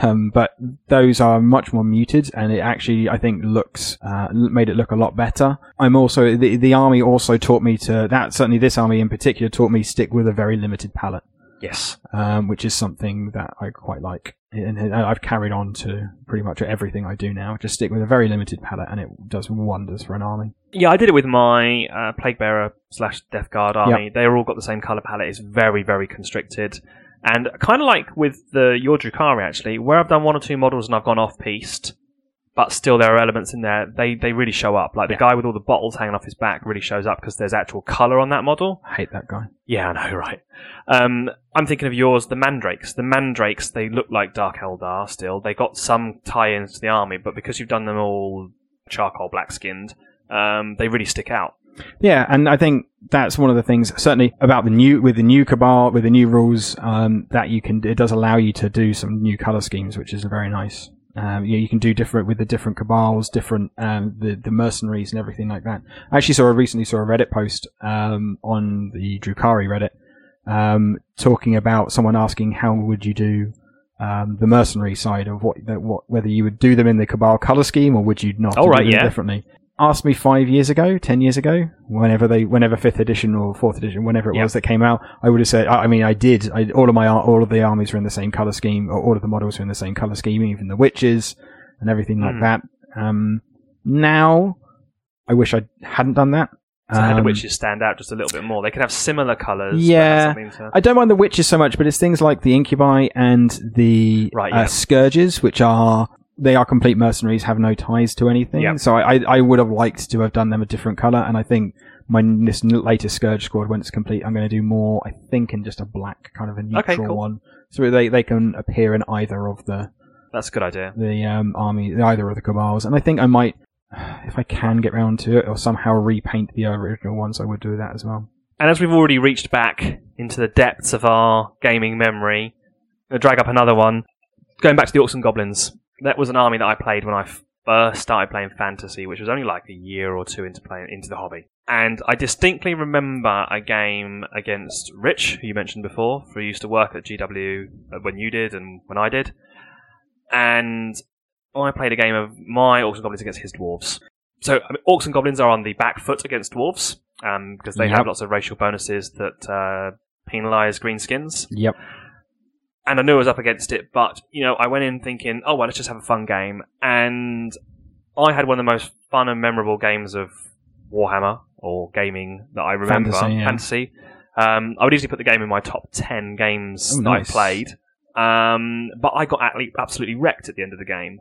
B: Um, but those are much more muted, and it actually I think looks uh, l- made it look a lot better. I'm also the the army also taught me to that certainly this army in particular taught me stick with a very limited palette
A: yes.
B: um, which is something that I quite like, and and I've carried on to pretty much everything I do now. Just stick with a very limited palette, and it does wonders for an army.
A: Yeah, I did it with my uh, Plaguebearer slash Death Guard army. They all got the same color palette. It's very, very constricted. And kind of like with the your Drukhari, actually, where I've done one or two models and I've gone off piste, but still there are elements in there, they, they really show up. Like the
B: Yeah.
A: guy with all the bottles hanging off his back really shows up because there's actual color on that model.
B: I hate that guy.
A: Yeah, I know, right. Um, I'm thinking of yours, the Mandrakes. The Mandrakes, they look like Dark Eldar still. They got some tie ins to the army, but because you've done them all charcoal black skinned, um, they really stick out.
B: Yeah, and I think that's one of the things certainly about the new with the new cabal with the new rules um, that you can it does allow you to do some new color schemes, which is very nice. Um, you, you can do different with the different cabals, different um, the the mercenaries and everything like that. I actually saw I recently saw a Reddit post um, on the Drukari Reddit um, talking about someone asking how would you do. Um, the mercenary side of what, that, what, whether you would do them in the Cabal color scheme or would you not
A: Oh,
B: do
A: right,
B: them
A: yeah.
B: differently? asked me five years ago, ten years ago, whenever they, whenever fifth edition or fourth edition, whenever it
A: Yeah.
B: was that came out, I would have said. I I mean, I did. I, all of my, ar- all of the armies were in the same color scheme, or all of the models were in the same color scheme, even the witches and everything like
A: Hmm.
B: that. Um, now, I wish I hadn't done that.
A: So how the
B: Um,
A: witches stand out just a little bit more. They can have similar colours. but
B: Yeah.
A: have something to-
B: I don't mind the witches so much, but it's things like the incubi and the
A: Right,
B: uh,
A: yeah.
B: scourges, which are they are complete mercenaries, have no ties to anything.
A: Yep.
B: So I, I, I would have liked to have done them a different color, and I think my n- this n- latest scourge squad, when it's complete, I'm going to do more. I think in just a black kind of a neutral
A: cool.
B: one, so they they can appear in either of the
A: That's a good idea.
B: the um, army, either of the cabals, and I think I might, if I can get round to it, or somehow repaint the original ones, I would do that as well.
A: And as we've already reached back into the depths of our gaming memory, i drag up another one. Going back to the Orcs and Goblins, that was an army that I played when I first started playing Fantasy, which was only like a year or two into playing into the hobby. And I distinctly remember a game against Rich, who you mentioned before, who used to work at GW when you did and when I did. And I played a game of my Orcs and Goblins against his dwarves. So I mean, Orcs and Goblins are on the back foot against dwarves because they
B: Yep.
A: have lots of racial bonuses that uh, penalise greenskins
B: Yep.
A: and I knew I was up against it, but you know, I went in thinking, oh well, let's just have a fun game, and I had one of the most fun and memorable games of Warhammer or gaming that I remember.
B: Fantasy, yeah.
A: Fantasy. Um, I would usually put the game in my top ten games
B: Oh,
A: that I
B: nice.
A: played, um, but I got atli- absolutely wrecked at the end of the game.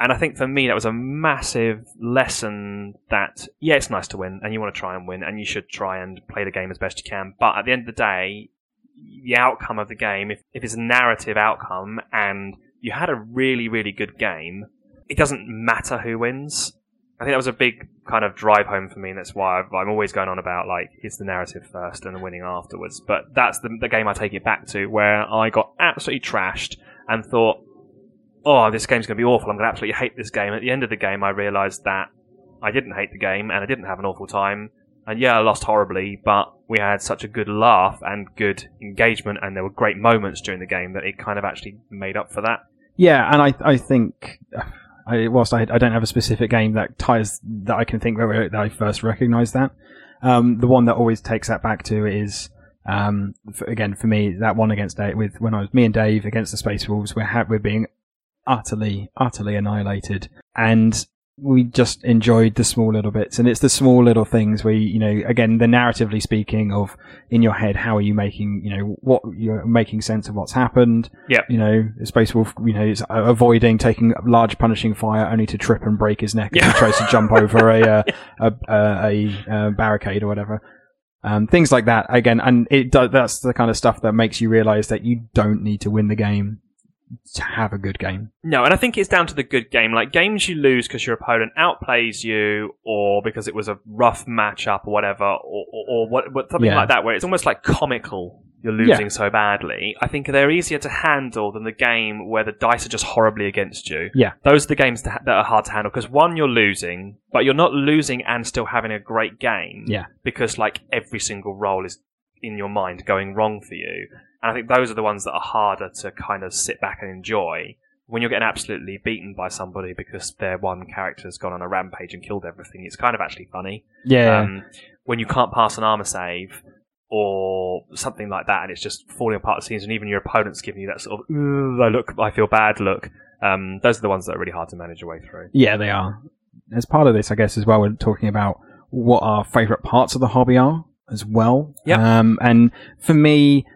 A: And I think for me that was a massive lesson that yeah, it's nice to win, and you want to try and win, and you should try and play the game as best you can. But at the end of the day, the outcome of the game, if, if it's a narrative outcome and you had a really, really good game, it doesn't matter who wins. I think that was a big kind of drive home for me, and that's why I've, I'm always going on about like it's the narrative first and the winning afterwards. But that's the, the game I take it back to, where I got absolutely trashed and thought, "Oh, this game's going to be awful. I'm going to absolutely hate this game." At the end of the game, I realised that I didn't hate the game and I didn't have an awful time. And yeah, I lost horribly, but we had such a good laugh and good engagement, and there were great moments during the game that it kind of actually made up for that.
B: Yeah, and I I think I, whilst I, I don't have a specific game that ties that I can think where that I first recognised that, um, the one that always takes that back to is um, f again for me that one against Dave with when I was me and Dave against the Space Wolves we're ha- we're being utterly utterly annihilated and we just enjoyed the small little bits and it's the small little things where you know again the narratively speaking of in your head how are you making you know what you're making sense of what's happened
A: Yep.
B: you know space wolf you know is uh, avoiding taking large punishing fire only to trip and break his neck as
A: Yeah.
B: he tries to jump over a uh, a, a, a, uh barricade or whatever um, things like that again and it do, that's the kind of stuff that makes you realize that you don't need to win the game to have a good game
A: No, and I think it's down to the good game. Like games you lose because your opponent outplays you, or because it was a rough matchup, or whatever, or, or, or what, what something
B: Yeah.
A: like that, where it's almost like comical. You're
B: Yeah.
A: losing so badly. I think they're easier to handle than the game where the dice are just horribly against you.
B: Yeah.
A: those are the games that, that are hard to handle because one, you're losing, but you're not losing and still having a great game.
B: Yeah.
A: because like every single roll is in your mind going wrong for you. And I think those are the ones that are harder to kind of sit back and enjoy when you're getting absolutely beaten by somebody because their one character's gone on a rampage and killed everything. It's kind of actually funny.
B: yeah
A: Um, when you can't pass an armor save or something like that, and it's just falling apart at scenes, and even your opponent's giving you that sort of "Ugh, I look, I feel bad look. Um, those are the ones that are really hard to manage your way through.
B: Yeah, they are. As part of this, I guess, as well, we're talking about what our favourite parts of the hobby are as well.
A: Yep.
B: Um, and for me,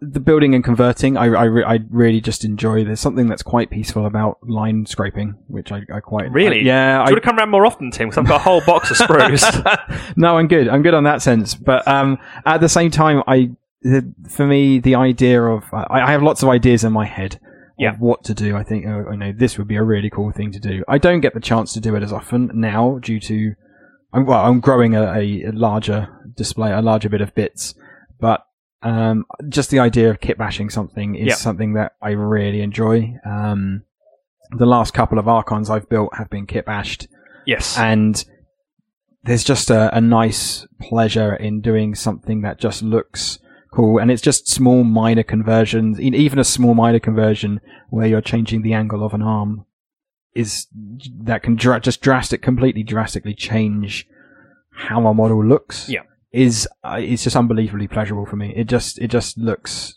B: the building and converting, I, I, re- I really just enjoy. There's something that's quite peaceful about line scraping, which I, I quite
A: Really?
B: yeah,
A: I
B: I,
A: would have come around more often, Tim, because I've got a whole box of sprues.
B: no, I'm good. I'm good on that sense. But um, at the same time, I the, for me the idea of I, I have lots of ideas in my head.
A: Yeah.
B: Of what to do? I think oh, I know this would be a really cool thing to do. I don't get the chance to do it as often now due to I'm well, I'm growing a, a, a larger display, a larger bit of bits, but um, just the idea of kit bashing something is
A: Yeah.
B: something that I really enjoy. Um, the last couple of archons I've built have been kit bashed,
A: yes.
B: and there's just a, a nice pleasure in doing something that just looks cool and it's just small minor conversions e- even a small minor conversion where you're changing the angle of an arm is that can dra- just drastic completely drastically change how a model looks
A: Yeah.
B: is uh, it's just unbelievably pleasurable for me it just it just looks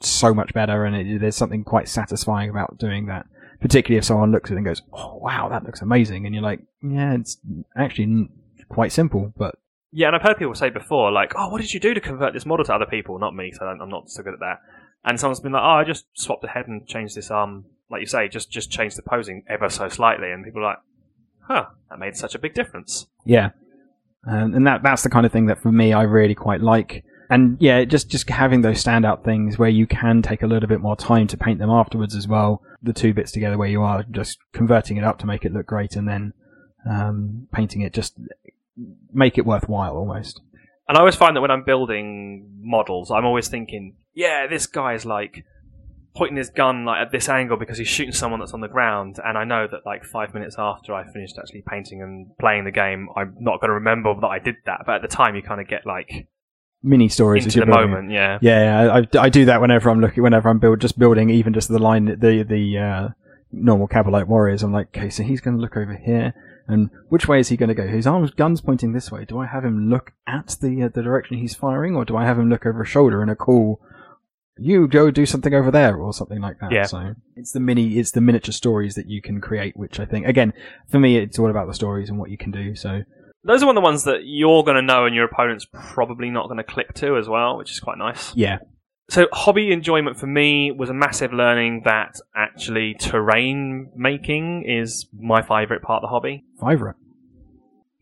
B: so much better and it, there's something quite satisfying about doing that particularly if someone looks at it and goes, "Oh wow, that looks amazing," and you're like, "Yeah, it's actually n- quite simple, but
A: Yeah, and I've heard people say before, like, "Oh, what did you do to convert this model to other people?" Not me, so I'm I'm not so good at that. And someone's been like, "Oh, I just swapped the head and changed this arm, like you say, just just changed the posing ever so slightly." And people are like, "Huh, that made such a big difference."
B: yeah." Um, and that that's the kind of thing that for me I really quite like. and yeah, just just having those standout things where you can take a little bit more time to paint them afterwards as well. The two bits together where you are just converting it up to make it look great, and then um, painting it just make it worthwhile almost.
A: And I always find that when I'm building models, I'm always thinking, yeah, this guy's like pointing his gun like at this angle because he's shooting someone that's on the ground. And I know that like five minutes after I finished actually painting and playing the game, I'm not going to remember that I did that. But at the time, you kind of get like
B: Mini stories as
A: into
B: you're
A: the
B: building it.
A: moment, yeah.
B: Yeah, I- I, I do that whenever I'm looking, whenever I'm build, just building, even just the line, the the uh, normal Cabalite warriors. I'm like, okay, so he's going to look over here, and which way is he going to go? His arm's gun's pointing this way. Do I have him look at the uh, the direction he's firing, or do I have him look over his shoulder and a call? You go do something over there, or something like that.
A: Yeah.
B: So it's the mini, it's the miniature stories that you can create, which I think, again, for me, it's all about the stories and what you can do. So
A: Those are one of the ones that you're going to know and your opponent's probably not going to click to as well, which is quite nice.
B: yeah,
A: So, hobby enjoyment for me was a massive learning that actually terrain making is my favourite part of the hobby.
B: Vivra.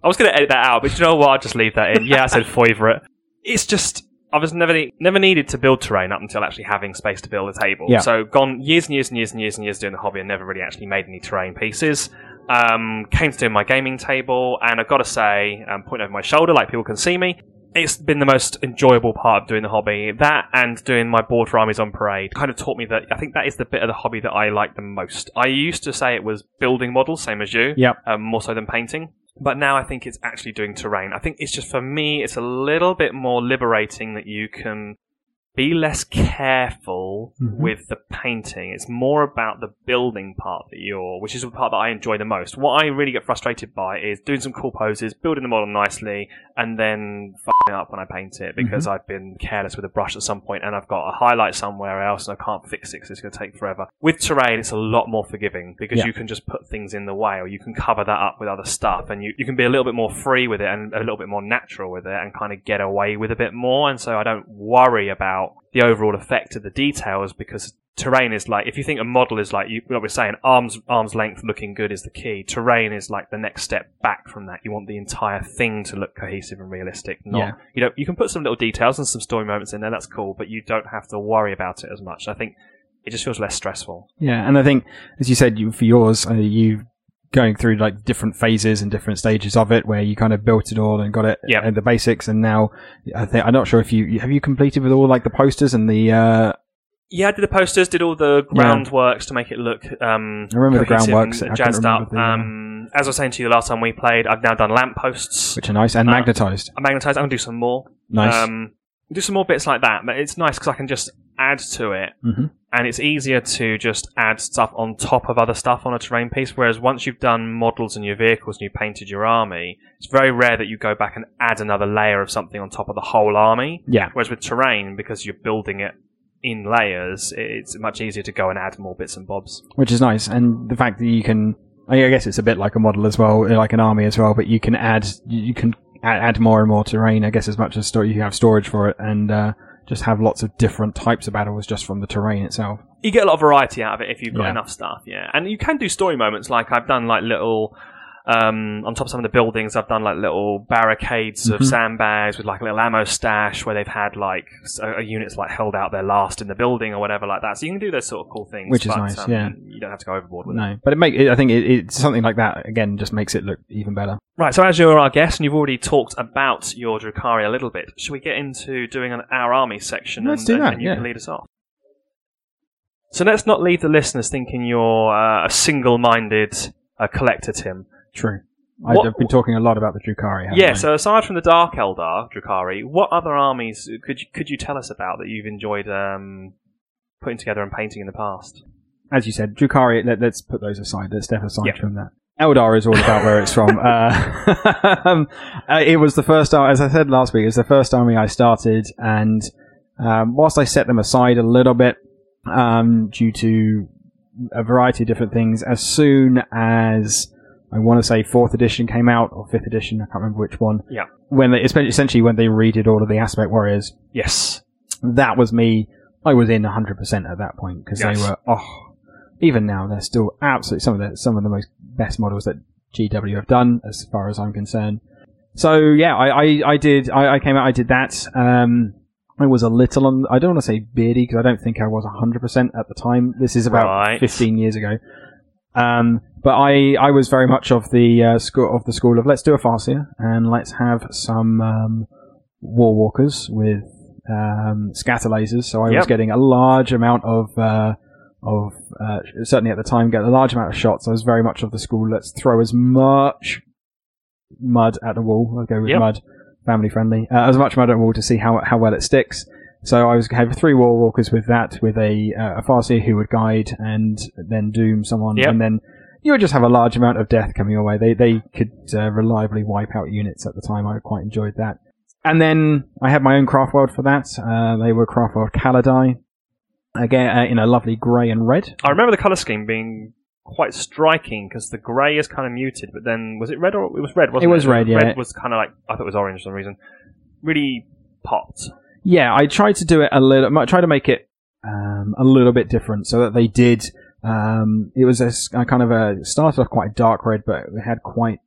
A: I was going to edit that out, but you know what? I'll just leave that in. Yeah, I said favourite. It's just I was never never needed to build terrain up until actually having space to build a table.
B: Yeah.
A: So gone years and years and years and years and years doing the hobby and never really actually made any terrain pieces. Um, came to doing my gaming table, and I've got to say, um, point over my shoulder, like people can see me. It's been the most enjoyable part of doing the hobby. That and doing my board for Armies on Parade kind of taught me that I think that is the bit of the hobby that I like the most. I used to say it was building models, same as you
B: Yep.
A: um, more so than painting. But now I think it's actually doing terrain. I think it's just for me, it's a little bit more liberating that you can be less careful
B: Mhm.
A: with the painting. It's more about the building part that you're, which is the part that I enjoy the most. What I really get frustrated by is doing some cool poses, building the model nicely, and then f***ing up when I paint it because I've been careless with a brush at some point and I've got a highlight somewhere else and I can't fix it 'cause it's going to take forever. With terrain, it's a lot more forgiving because
B: Yeah.
A: you can just put things in the way or you can cover that up with other stuff and you, you can be a little bit more free with it and a little bit more natural with it and kind of get away with a bit more. And so I don't worry about the overall effect of the details because terrain is like if you think a model is like you like we're saying arms arms length looking good is the key terrain is like the next step back from that you want the entire thing to look cohesive and realistic not
B: Yeah.
A: you know you can put some little details and some story moments in there that's cool but you don't have to worry about it as much i think it just feels less stressful
B: Yeah, and I think, as you said, you, for yours, uh, you going through like different phases and different stages of it, where you kind of built it all and got it
A: Yep.
B: uh, the basics, and now I think I'm not sure if you you- have you completed with all like the posters and the. Uh,
A: yeah i did the posters did all the
B: Yeah.
A: groundworks to make it look um
B: I remember the
A: cohesive
B: groundworks, I
A: and
B: couldn't
A: jazzed
B: remember
A: up
B: the, uh,
A: um as i was saying to you last time we played i've now done lamp posts
B: which are nice and
A: Uh,
B: magnetized.
A: i'm magnetized i'm gonna do some more
B: Nice.
A: Um, do some more bits like that, but it's nice because I can just add to it,
B: Mhm.
A: and it's easier to just add stuff on top of other stuff on a terrain piece. Whereas once you've done models and your vehicles and you have painted your army, it's very rare that you go back and add another layer of something on top of the whole army.
B: yeah.
A: Whereas with terrain, because you're building it in layers, it's much easier to go and add more bits and bobs.
B: which is nice. And the fact that you can, I mean, I guess it's a bit like a model as well, like an army as well, but you can add, you you can add, add more and more terrain, I guess, as much as store, you have storage for it and uh, just have lots of different types of battles just from the terrain itself.
A: you get a lot of variety out of it if you've got
B: Yeah.
A: enough stuff. Yeah, and you can do story moments. Like I've done like little. Um, on top of some of the buildings, I've done like little barricades of
B: Mhm.
A: sandbags with like a little ammo stash where they've had like s- a, a unit's like held out their last in the building or whatever like that. So you can do those sort of cool things,
B: Which is
A: but,
B: nice,
A: um,
B: yeah.
A: you don't have to go overboard with it.
B: No, but it make it, I think it, it's something like that again just makes it look even better.
A: Right, so as you're our guest and you've already talked about your Drukari a little bit, should we get into doing an Our Army section
B: Let's
A: and,
B: do
A: and-
B: that,
A: and you
B: yeah.
A: can lead us off? So let's not leave the listeners thinking you're uh, a single minded uh, collector, Tim.
B: True.
A: What-
B: I've been talking a lot about the Drukari. haven't
A: yeah,
B: I?
A: so aside from the Dark Eldar, Drukari, what other armies could you, could you tell us about that you've enjoyed um, putting together and painting in the past?
B: as you said, Drukari. Let, let's put those aside. Let's step aside
A: Yep.
B: from that. Eldar is all about where it's from. uh, um, uh, it was the first, ar- as I said last week, it was the first army I started, and um, whilst I set them aside a little bit um, due to a variety of different things, as soon as I want to say fourth edition came out or fifth edition, I can't remember which one.
A: Yep.
B: When they, essentially when they redid all of the aspect warriors,
A: Yes.
B: that was me. I was in 100% at that point because
A: Yes.
B: they were, oh, even now they're still absolutely some of the some of the most best models that GW have done as far as I'm concerned. So yeah, I I, I did I, I came out I did that. Um, I was a little on. I don't want to say beardy because I don't think I was 100% at the time. This is about
A: Right.
B: 15 years ago. Um, but I, I was very much of the uh, school of the school of let's do a farcia and let's have some um, war walkers with um, scatter lasers. So I was
A: Yep.
B: getting a large amount of uh, of uh, certainly at the time getting a large amount of shots. I was very much of the school let's throw as much mud at the wall. I'll go with
A: Yep.
B: mud, family friendly. Uh, as much mud at the wall to see how how well it sticks. So I was have three war walkers with that, with a uh, a Farsi who would guide and then doom someone,
A: Yep.
B: and then you would just have a large amount of death coming your way. They they could uh, reliably wipe out units at the time. I quite enjoyed that. And then I had my own craft world for that. Uh, they were craft world Caladi, again uh, in a lovely grey and red.
A: I remember the color scheme being quite striking because the grey is kind of muted, but then was it red or it was red? Wasn't it?
B: It was red, yeah.
A: Red was kind of like I thought it was orange for some reason. Really popped.
B: Yeah, I tried to do it a little. I tried to make it um, a little bit different so that they did. Um, it was a, s- a kind of a it started off quite dark red, but it had quite.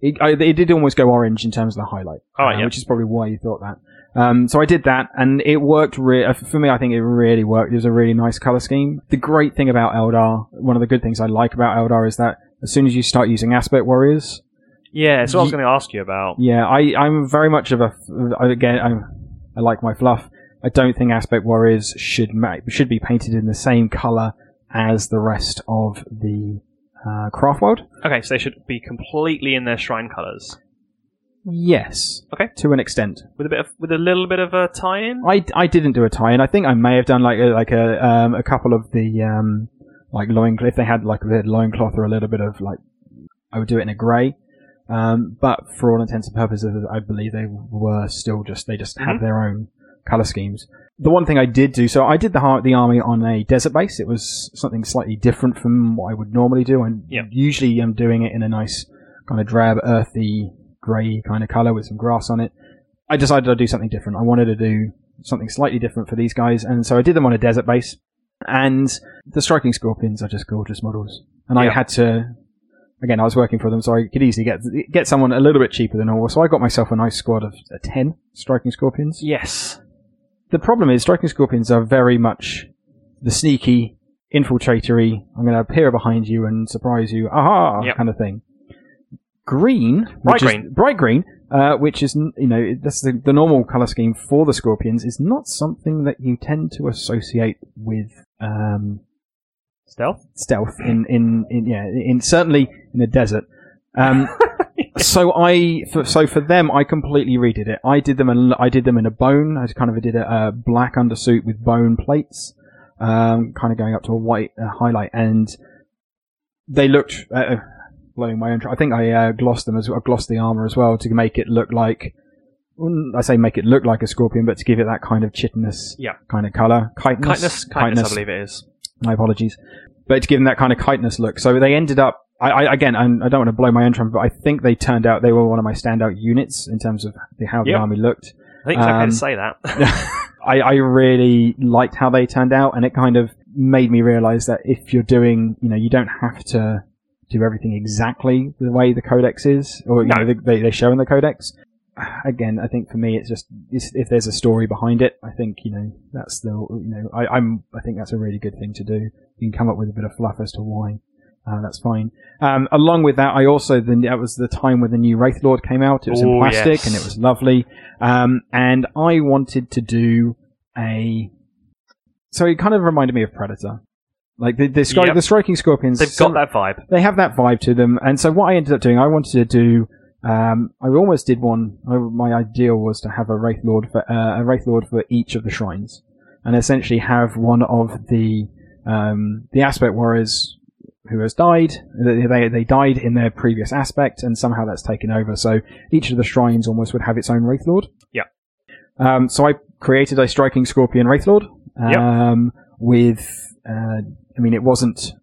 B: It, I, it did almost go orange in terms of the highlight,
A: All right,
B: uh,
A: yeah.
B: which is probably why you thought that. Um, so I did that, and it worked. Re- uh, for me, I think it really worked. It was a really nice color scheme. The great thing about Eldar, one of the good things I like about Eldar, is that as soon as you start using aspect warriors,
A: Yeah, so I was
B: Ye-
A: going to ask you about.
B: yeah, I, I'm very much of a I- again. I'm, I like my fluff. I don't think aspect warriors should ma- should be painted in the same color as the rest of the uh, craft world.
A: Okay, so they should be completely in their shrine colors
B: Yes.
A: Okay.
B: To an extent,
A: with a bit of with a little bit of a tie-in.
B: I, I didn't do a tie, and I think I may have done like a, like a um, a couple of the um, like loin if they had like a bit of loincloth or a little bit of like I would do it in a grey. Um, but for all intents and purposes, I believe they were still just they just had
A: Mhm.
B: their own color schemes. The one thing I did do, so I did the har- the army on a desert base. It was something slightly different from what I would normally do. And
A: Yep.
B: usually I'm doing it in a nice kind of drab, earthy, grey kind of color with some grass on it. I decided I'd do something different. I wanted to do something slightly different for these guys, and so I did them on a desert base. And the striking scorpions are just gorgeous models, and I
A: Yeah.
B: had to. Again, I was working for them, so I could easily get get someone a little bit cheaper than normal. So I got myself a nice squad of uh, ten striking scorpions.
A: Yes.
B: The problem is, striking scorpions are very much the sneaky, infiltratory. I'm going to appear behind you and surprise you, aha,
A: Yep.
B: kind of thing. Green,
A: Bright
B: which is-
A: green.
B: bright green, uh, which is n- you know it- that's the, the normal color scheme for the scorpions is not something that you tend to associate with um,
A: Stealth.
B: stealth in, in, in yeah in certainly in the desert. Um, so I for, so for them I completely redid it. I did them in, I did them in a bone. I kind of did a, a black undersuit with bone plates, um, kind of going up to a white uh, highlight, and they looked uh, blowing my own. tr- I think I uh, glossed them as I glossed the armor as well to make it look like. wouldn't- I say make it look like a scorpion, but to give it that kind of chitinous
A: Yeah.
B: kind of color, chitinous,
A: Kindness, kindness, I believe it is.
B: my apologies. But to give them that kind of chitinous look. So they ended up, I, I again, I'm, I don't want to blow my own trumpet, but I think they turned out, they were one of my standout units in terms of the, how the
A: Yep.
B: army looked.
A: I think it's okay
B: Um,
A: to say that.
B: I, I really liked how they turned out, and it kind of made me realize that if you're doing, you know, you don't have to do everything exactly the way the codex is, or you
A: No.
B: know, they- they, they show in the codex. Again, I think for me, it's just it's, if there's a story behind it, I think you know that's the you know I, I'm I think that's a really good thing to do. You can come up with a bit of fluff as to why. Uh, that's fine. Um, along with that, I also then that was the time when the new Wraith Lord came out. It was in
A: Oh,
B: plastic
A: yes.
B: and it was lovely. Um, and I wanted to do a. So it kind of reminded me of Predator, like the the, scri-
A: Yep.
B: the striking scorpions.
A: They've
B: some-
A: got that vibe.
B: They have that vibe to them, and so what I ended up doing, I wanted to do. Um, I almost did one. I, my ideal was to have a wraith lord for uh, a wraith lord for each of the shrines, and essentially have one of the um, the aspect warriors who has died. They, they they died in their previous aspect, and somehow that's taken over. So each of the shrines almost would have its own wraith lord.
A: Yeah.
B: Um, so I created a striking scorpion wraith lord.
A: Yep.
B: Um, With, uh, I mean, it wasn't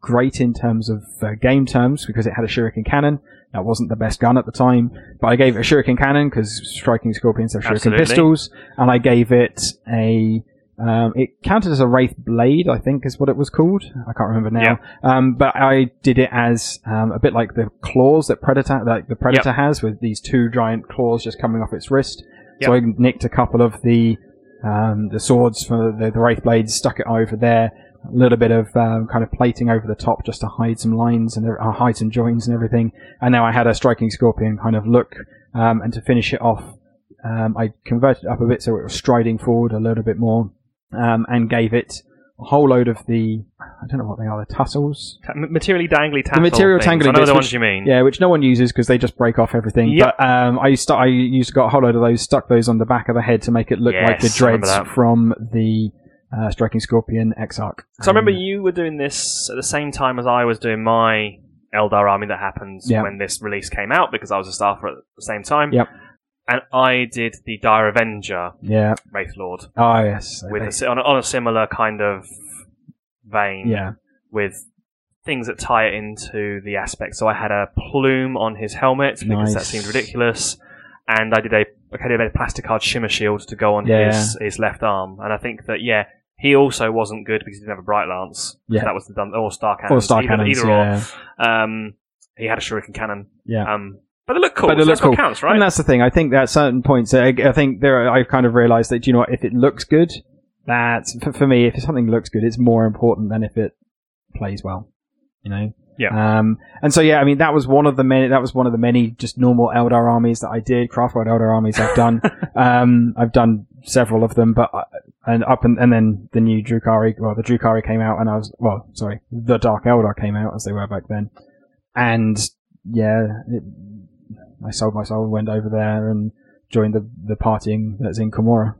B: great in terms of uh, game terms because it had a shuriken cannon. That wasn't the best gun at the time, but I gave it a shuriken cannon because striking scorpions have shuriken
A: Absolutely.
B: pistols, and I gave it a. Um, it counted as a wraith blade, I think, is what it was called. I can't remember now. Um, but I did it as um, a bit like the claws that predator, like the predator has, with these two giant claws just coming off its wrist. So I nicked a couple of the Um, the swords for the, the wraith blades stuck it over there. A little bit of um, kind of plating over the top just to hide some lines and uh, hide some joins and everything. And now I had a striking scorpion kind of look, um, and to finish it off, um, I converted it up a bit so it was striding forward a little bit more, um, and gave it a whole load of the I don't know what they are the tussles
A: Ta- m- materially dangly tassel.
B: material
A: things.
B: tangly
A: I know
B: bits,
A: the
B: which-
A: ones you mean.
B: Yeah, which no one uses because they just break off everything.
A: Yep.
B: But um, I used to, I used got a whole load of those, stuck those on the back of the head to make it look like the
A: Yes, I remember
B: dreads
A: that.
B: from the uh, Striking Scorpion Exarch.
A: So I remember
B: Um,
A: you were doing this at the same time as I was doing my Eldar Army that happens
B: Yeah.
A: when this release came out because I was a staffer at the same time.
B: Yep.
A: And I did the Dire Avenger
B: yeah.
A: Wraith Lord
B: Oh yes.
A: with a,
B: Okay.
A: si- on, a, on a similar kind of vein
B: yeah.
A: with things that tie it into the aspect. So I had a plume on his helmet because that
B: Nice.
A: seemed ridiculous, and I did a I did a plastic card shimmer shield to go on
B: Yeah.
A: his his left arm, and I think that yeah. He also wasn't good because he didn't have a bright lance.
B: Yeah.
A: that was the dun- or star cannon.
B: Or Star
A: either,
B: Cannons.
A: either or.
B: yeah.
A: Um, he had a shuriken cannon.
B: yeah.
A: Um, but it looked cool.
B: But it
A: so
B: looked
A: that's what
B: cool.
A: counts, right?
B: And that's the thing. I think at certain points, I, I think there. Are, I've kind of realised that you know what, if it looks good, that's for, for me. If something looks good, it's more important than if it plays well. You know.
A: Yeah.
B: Um. And so yeah, I mean that was one of the many. That was one of the many just normal Eldar armies that I did. Craftworld Eldar armies I've done. um. I've done several of them, but I, and up and, and then the new Drukari. Well, the Drukari came out, and I was well, sorry, the Dark Eldar came out as they were back then, and yeah, it, I sold my soul, went over there and joined the, the partying that's in Komora.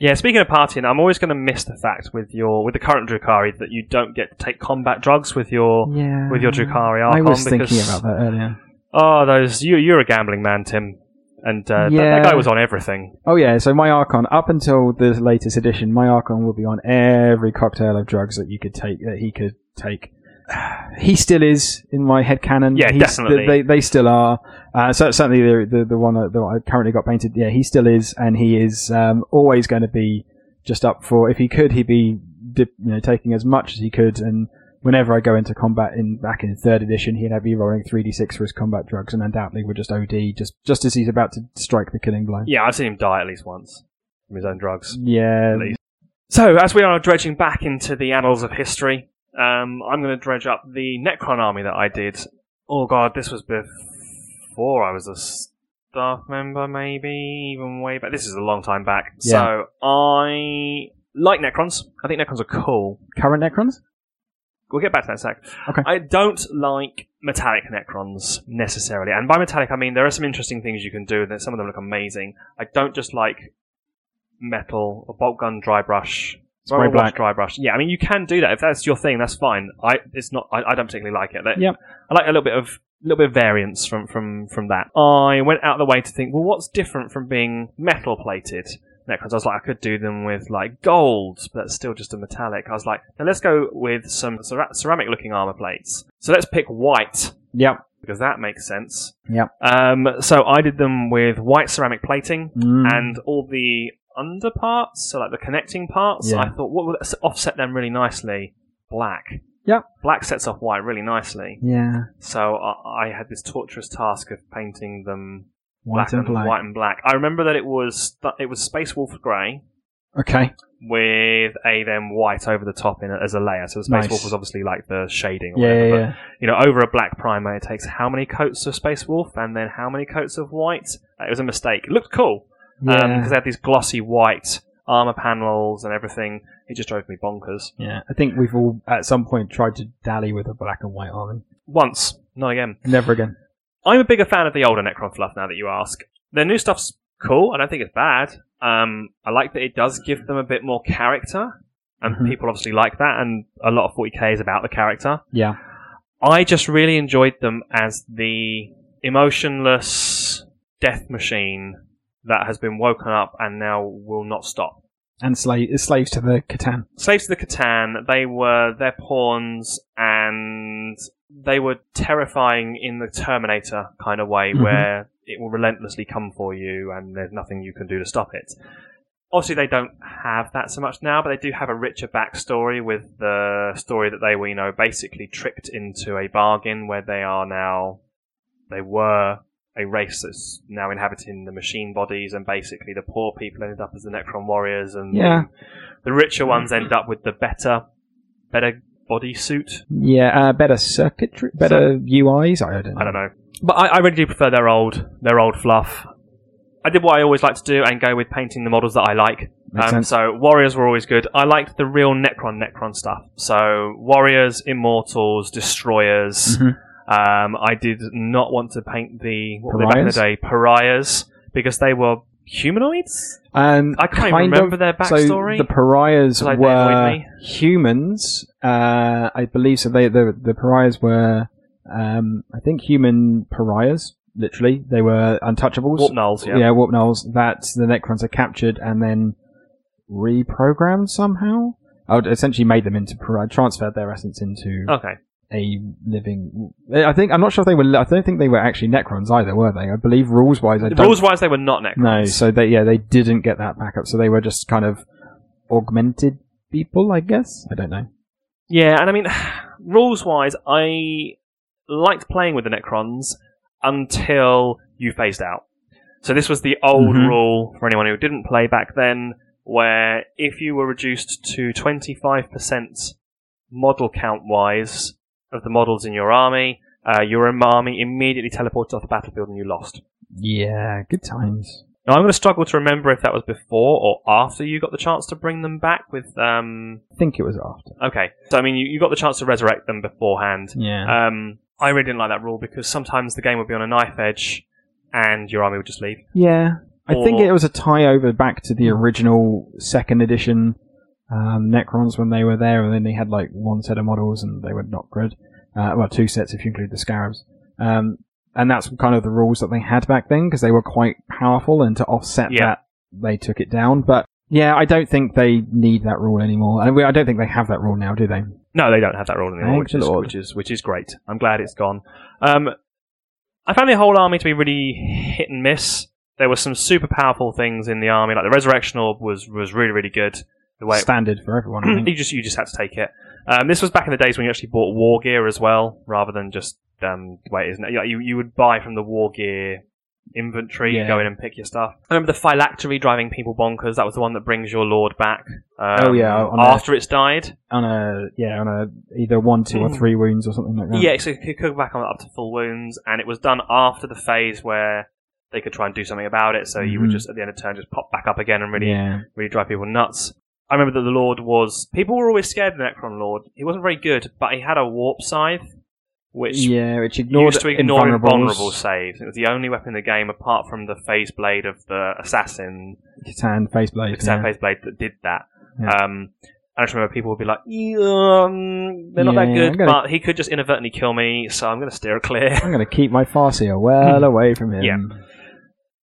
A: yeah. Speaking of partying, I'm always going to miss the fact with your with the current Drukari that you don't get to take combat drugs with your
B: Yeah.
A: with your Drukari Archon.
B: Mm. I was thinking
A: because-
B: about that earlier.
A: Oh, those you you're a gambling man, Tim. And uh, that- that,
B: Yeah.
A: guy was on everything.
B: Oh yeah, so my Archon, up until the latest edition, my Archon will be on every cocktail of drugs that you could take, that he could take. He still is in my head canon.
A: Yeah,
B: He's-
A: definitely.
B: They, they still are. Uh, so certainly the, the the one that that I currently got painted. Yeah, he still is, and he is um, always going to be just up for. If he could, he'd be dip, you know taking as much as he could. And whenever I go into combat in back in third edition, he'd have me rolling three d six for his combat drugs, and undoubtedly would just OD just just as he's about to strike the killing blow.
A: Yeah, I've seen him die at least once from his own drugs.
B: Yeah,
A: At least. So, as we are dredging back into the annals of history, um, I'm going to dredge up the Necron army that I did. Oh god, this was before I was a staff member, maybe even way back. This is a long time back.
B: Yeah.
A: So I like Necrons. I think Necrons are cool.
B: current Necrons.
A: We'll get back to that in a sec.
B: Okay.
A: I don't like metallic Necrons necessarily. And by metallic, I mean there are some interesting things you can do, and some of them look amazing. I don't just like metal or bolt gun dry brush.
B: Spray
A: well, wash
B: black.
A: dry brush. Yeah, I mean you can do that if that's your thing. That's fine. I it's not. I, I don't particularly like it. That-
B: Yep.
A: I like a little bit of little bit of variance from from from that. I went out of the way to think. Well, what's different from being metal plated? Necrons. I was like, I could do them with like gold, but that's still just a metallic. I was like, now let's go with some ceramic looking armor plates. So let's pick white
B: Yep.
A: because that makes sense.
B: Yep.
A: Um, so I did them with white ceramic plating
B: Mm.
A: and all the underparts, so like the connecting parts.
B: Yeah.
A: I thought, what would s- offset them really nicely? Black.
B: Yep.
A: Black sets off white really nicely.
B: yeah,
A: So I, I had this torturous task of painting them
B: white and black.
A: white and black. I remember that it was th- it was Space Wolf grey
B: Okay.
A: with a then white over the top in a, as a layer. So the Space
B: Nice.
A: Wolf was obviously like the shading. Or
B: Yeah,
A: whatever,
B: yeah,
A: but,
B: yeah.
A: You know, over a black primer, it takes how many coats of Space Wolf and then how many coats of white? Uh, It was a mistake. It looked cool because
B: Yeah.
A: Um, they had these glossy white armor panels and everything. It just drove me bonkers.
B: yeah, I think we've all at some point tried to dally with a black and white army.
A: Once, not again.
B: Never again.
A: I'm a bigger fan of the older Necron fluff now that you ask. Their new stuff's cool. I don't think it's bad. Um, I like that it does give them a bit more character, and
B: Mhm.
A: people obviously like that. And a lot of 40k is about the character.
B: Yeah.
A: I just really enjoyed them as the emotionless death machine that has been woken up and now will not stop
B: And slave slaves to the Catan.
A: slaves to the Catan, they were their pawns and they were terrifying in the Terminator kind of way
B: Mhm.
A: where it will relentlessly come for you and there's nothing you can do to stop it. Obviously, they don't have that so much now, but they do have a richer backstory with the story that they were, you know, basically tricked into a bargain where they are now, they were a a race that's now inhabiting the machine bodies, and basically the poor people ended up as the Necron warriors, and
B: Yeah.
A: the, the richer ones end up with the better, better bodysuit.
B: Yeah, uh, better circuitry, better UIs. I don't know.
A: I don't know, but I, I really do prefer their old their old fluff. I did what I always like to do and go with painting the models that I like.
B: Makes
A: um,
B: sense.
A: So warriors were always good. I liked the real Necron Necron stuff. So warriors, immortals, destroyers.
B: Mhm.
A: Um, I did not want to paint the what were they back in the
B: Pariahs?
A: day pariahs because they were humanoids.
B: Um,
A: I can't even
B: kind
A: remember
B: of,
A: their backstory.
B: So the pariahs
A: Like, they annoyed
B: were
A: me.
B: humans, uh, I believe. So they the the pariahs were, um, I think, human pariahs. Literally, they were untouchables.
A: Warp nulls, yeah.
B: yeah. warp nulls. That the Necrons are captured and then reprogrammed somehow. I would essentially made them into pariah, transferred their essence into
A: Okay.
B: a living. I think I'm not sure if they were. I don't think they were actually Necrons either, were they? I believe rules wise, I don't
A: Rules wise, they were not Necrons.
B: no, so they yeah they didn't get that back up, so they were just kind of augmented people, I guess. I don't know.
A: Yeah, and I mean, rules wise, I liked playing with the Necrons until you phased out. So this was the old
B: Mhm.
A: rule for anyone who didn't play back then, where if you were reduced to 25% model count wise of the models in your army, uh, your army immediately teleported off the battlefield and you lost.
B: Yeah, good times.
A: Now I'm going to struggle to remember if that was before or after you got the chance to bring them back with. Um,
B: I think it was after.
A: okay, so I mean you, you got the chance to resurrect them beforehand.
B: Yeah,
A: Um, I really didn't like that rule because sometimes the game would be on a knife edge and your army would just leave.
B: yeah. I think
A: or-
B: it was a tie over back to the original second edition um, Necrons when they were there, and then they had like one set of models, and they were not good. Uh, well, two sets if you include the Scarabs. Um, and that's kind of the rules that they had back then because they were quite powerful, and to offset
A: Yeah.
B: that, they took it down. But yeah, I don't think they need that rule anymore, and we, I don't think they have that rule now, do they?
A: No, they don't have that rule anymore,
B: Thank
A: which
B: the
A: is,
B: Lord.
A: which is which is great. I'm glad it's gone. Um, I found the whole army to be really hit and miss. There were some super powerful things in the army, like the resurrection orb was was really really good. The way it
B: Standard for everyone. I
A: you
B: think.
A: just you just had to take it. Um, this was back in the days when you actually bought war gear as well, rather than just um, the way it is now. Like, You you would buy from the war gear inventory,
B: Yeah.
A: go in and pick your stuff. I remember the phylactery driving people bonkers. That was the one that brings your lord back. Um,
B: Oh, yeah, on
A: after it's died.
B: on a yeah, on a either one, two, or
A: Mm.
B: three wounds or something like that.
A: Yeah, so it could go back on up to full wounds, and it was done after the phase where they could try and do something about it. So you would
B: Mhm.
A: just at the end of turn just pop back up again and really
B: yeah.
A: really drive people nuts. I remember that the Lord was people were always scared of the Necron Lord. He wasn't very good, but he had a warp scythe, which
B: yeah, which ignored
A: used to ignore
B: invulnerables.
A: invulnerable saves. It was the only weapon in the game apart from the phase blade of the assassin,
B: Catan face blade.
A: the yeah.
B: yeah.
A: phase blade that did that.
B: Yeah.
A: Um, I just remember people would be like, "Yeah, um, "They're not that
B: Yeah,
A: good,"
B: I'm gonna-
A: but he could just inadvertently kill me, so I'm going to steer clear.
B: I'm going to keep my Farseer well away from him.
A: Hmm. Yeah.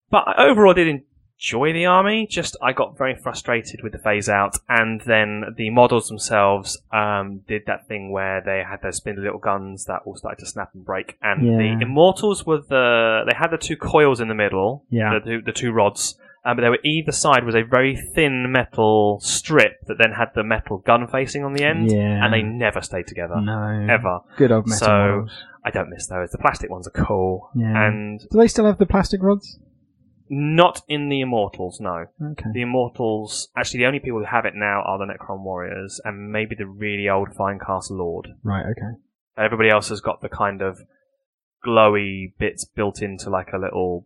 A: But I overall did enjoy the army, just I got very frustrated with the phase out, and then the models themselves um, did that thing where they had their spindly little guns that all started to snap and break, and
B: Yeah.
A: the immortals were the they had the two coils in the middle,
B: Yeah.
A: the, two the two rods. Um, but they were either side was a very thin metal strip that then had the metal gun facing on the end,
B: Yeah.
A: and they never stayed together
B: no.
A: ever.
B: Good old metal
A: So-
B: models.
A: I don't miss those. The plastic ones are cool,
B: Yeah.
A: and
B: Do they still have the plastic rods?
A: not in the immortals. No,
B: Okay.
A: the Immortals. Actually, the only people who have it now are the Necron Warriors and maybe the really old Finecast Lord.
B: Right, okay.
A: Everybody else has got the kind of glowy bits built into like a little.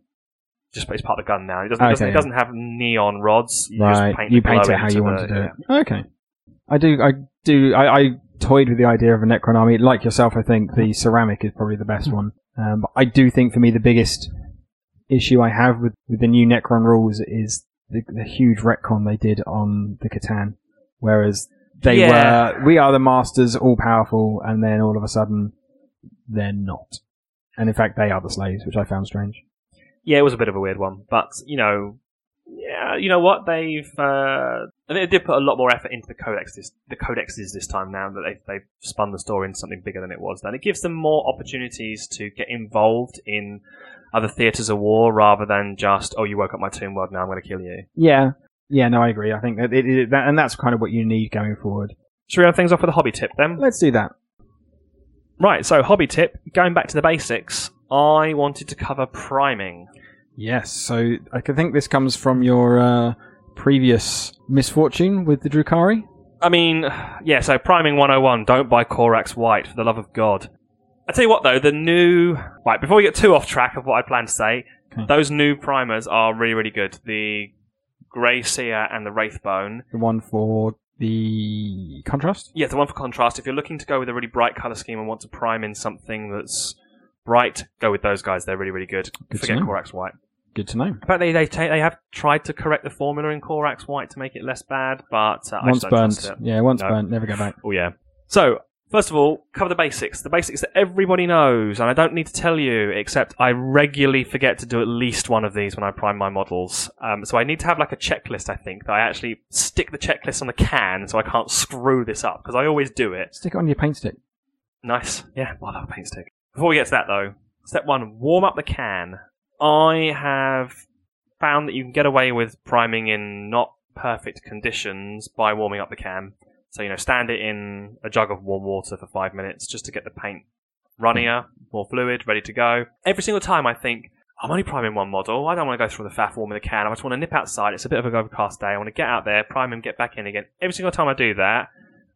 A: Just it's part of the gun now. It doesn't. it doesn't,
B: Oh, Okay.
A: it doesn't have neon rods. You
B: right.
A: Just paint
B: you
A: the
B: paint
A: glow
B: it how
A: into
B: you want
A: the-
B: to do it. Okay. I do, I do, I, I toyed with the idea of a Necron army. Like yourself, I think the ceramic is probably the best one. Um, but I do think for me the biggest issue I have with, with the new Necron rules is the, the huge retcon they did on the Catan. Whereas they
A: Yeah.
B: were, we are the masters, all powerful, and then all of a sudden, they're not. And in fact, they are the slaves, which I found strange.
A: Yeah, it was a bit of a weird one, but you know, yeah, you know what? They've uh, I think they did put a lot more effort into the codex this, the codexes this time now that they they've spun the story into something bigger than it was. Then it gives them more opportunities to get involved in other theaters of war rather than just oh you woke up my tomb world now I'm going to kill you.
B: Yeah, yeah, no, I agree. I think that, it, it, that and that's kind of what you need going forward.
A: Should we round things off with a hobby tip then?
B: Let's do that.
A: Right, so hobby tip, going back to the basics, I wanted to cover priming.
B: Yes, so I can think this comes from your uh, previous misfortune with the Drukari.
A: I mean, yeah, so priming 101, don't buy Korax White, for the love of God. I tell you what, though, the new. Right, before we get too off track of what I planned to say,
B: Okay.
A: those new primers are really, really good. The Grey Seer and the Wraithbone.
B: The one for the contrast?
A: Yeah, the one for contrast, if you're looking to go with a really bright colour scheme and want to prime in something that's bright, go with those guys. They're really, really good.
B: Good to
A: Forget
B: know.
A: Korax White.
B: Good to know.
A: In fact, they, they, ta- they have tried to correct the formula in Korax White to make it less bad, but uh, I
B: once
A: just don't trust
B: burnt.
A: it.
B: Yeah, once
A: No.
B: burnt, never go back.
A: Oh yeah. So first of all, cover the basics. The basics that everybody knows, and I don't need to tell you, except I regularly forget to do at least one of these when I prime my models. Um, so I need to have like a checklist. I think that I actually stick the checklist on the can, so I can't screw this up because I always do it.
B: Stick it on your paint stick.
A: Nice. Yeah, well, I love a paint stick. Before we get to that, though, step one warm up the can. I have found that you can get away with priming in not perfect conditions by warming up the can. So, you know, stand it in a jug of warm water for five minutes just to get the paint runnier, more fluid, ready to go. Every single time I think, I'm only priming one model. I don't want to go through the faff warming the can. I just want to nip outside. It's a bit of a overcast day. I want to get out there, prime him, get back in again. Every single time I do that,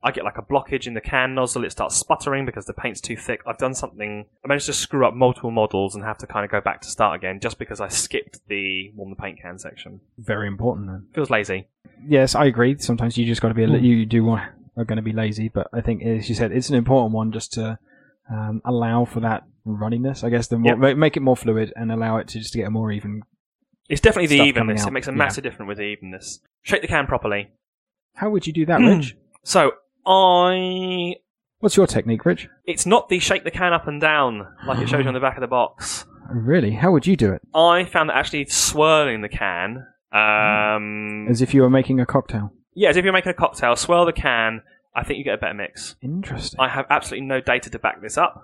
A: I get like a blockage in the can nozzle. It starts sputtering because the paint's too thick. I've done something. I managed to screw up multiple models and have to kind of go back to start again just because I skipped the warm the paint can section.
B: Very important then.
A: Feels lazy.
B: Yes, I agree. Sometimes you just got to be a li- you do want are going to be lazy, but I think as you said, it's an important one just to um, allow for that runniness. I guess the more
A: Yep.
B: ma- make it more fluid and allow it to just to get a more even.
A: It's definitely the
B: Stuff coming
A: evenness.
B: out,
A: It makes a
B: yeah.
A: massive difference with the evenness. Shake the can properly.
B: How would you do that, Rich?
A: So I.
B: What's your technique, Rich?
A: It's not the shake the can up and down like it shows you on the back of the box.
B: Really? How would you do it?
A: I found that actually swirling the can,
B: Mm.
A: um,
B: As if you were making a cocktail.
A: yeah, as if you're making a cocktail, swirl the can. I think you get a better mix.
B: Interesting.
A: I have absolutely no data to back this up.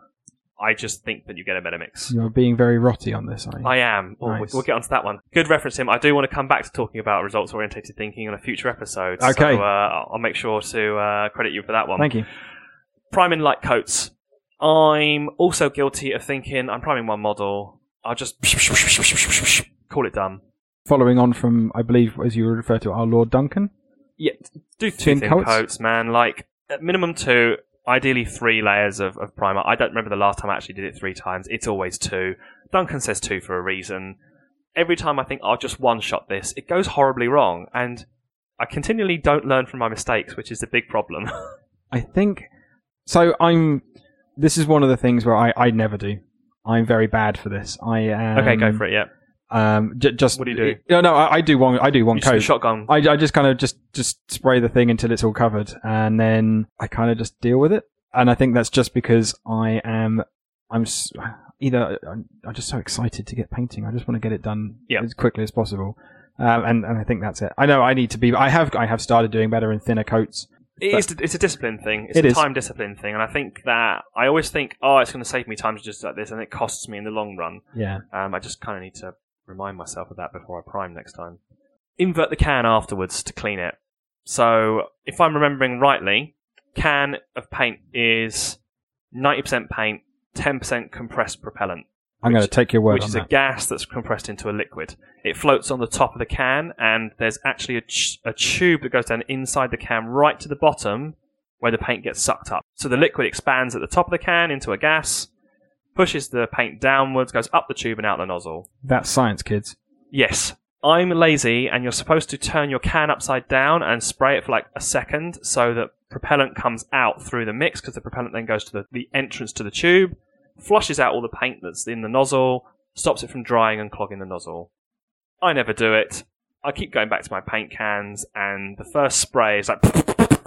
A: I just think that you get a better mix.
B: You're being very rotty on this, aren't you?
A: I am. Oh,
B: Nice.
A: We'll get onto that one. Good reference, Tim. I do want to come back to talking about results oriented thinking on a future episode.
B: Okay.
A: So, uh, I'll make sure to uh, credit you for that one.
B: Thank you.
A: priming light coats. I'm also guilty of thinking I'm priming one model. I'll just call it done.
B: Following on from, I believe, as you refer to, our Lord Duncan.
A: Yeah, t- do two
B: Thin
A: thin coats?
B: coats?
A: man. Like at minimum two, ideally three layers of, of primer. I don't remember the last time I actually did it three times. It's always two. Duncan says two for a reason. Every time I think I'll just one shot this, it goes horribly wrong, and I continually don't learn from my mistakes, which is the big problem.
B: I think. So I'm. This is one of the things where I, I never do. I'm very bad for this. I am.
A: okay, go for it. Yeah,
B: Um, j- just
A: What do you do?
B: No, no, I, I do one. I do one
A: you just do
B: coat.
A: shotgun.
B: I, I just kind of just just spray the thing until it's all covered, and then I kind of just deal with it. And I think that's just because I am I'm s- either I'm, I'm just so excited to get painting. I just want to get it done
A: Yeah.
B: as quickly as possible. Um, and and I think that's it. I know I need to be. I have I have started doing better in thinner coats.
A: It is, it's a discipline thing. It's
B: It
A: a
B: is.
A: time discipline thing, and I think that I always think, oh, it's going to save me time to just do this, and it costs me in the long run.
B: Yeah.
A: Um, I just kind of need to remind myself of that before I prime next time. Invert the can afterwards to clean it. So, if I'm remembering rightly, can of paint is 90% paint, 10% compressed propellant,
B: I'm going to
A: Which-
B: take your word
A: which
B: on
A: is
B: that.
A: a gas that's compressed into a liquid. It floats on the top of the can, and there's actually a, ch- a tube that goes down inside the can right to the bottom where the paint gets sucked up. So the liquid expands at the top of the can into a gas, pushes the paint downwards, goes up the tube and out the nozzle.
B: That's science, kids.
A: Yes. I'm lazy, and you're supposed to turn your can upside down and spray it for like a second so that propellant comes out through the mix because the propellant then goes to the, the entrance to the tube, flushes out all the paint that's in the nozzle, stops it from drying and clogging the nozzle. I never do it. I keep going back to my paint cans, and the first spray is like,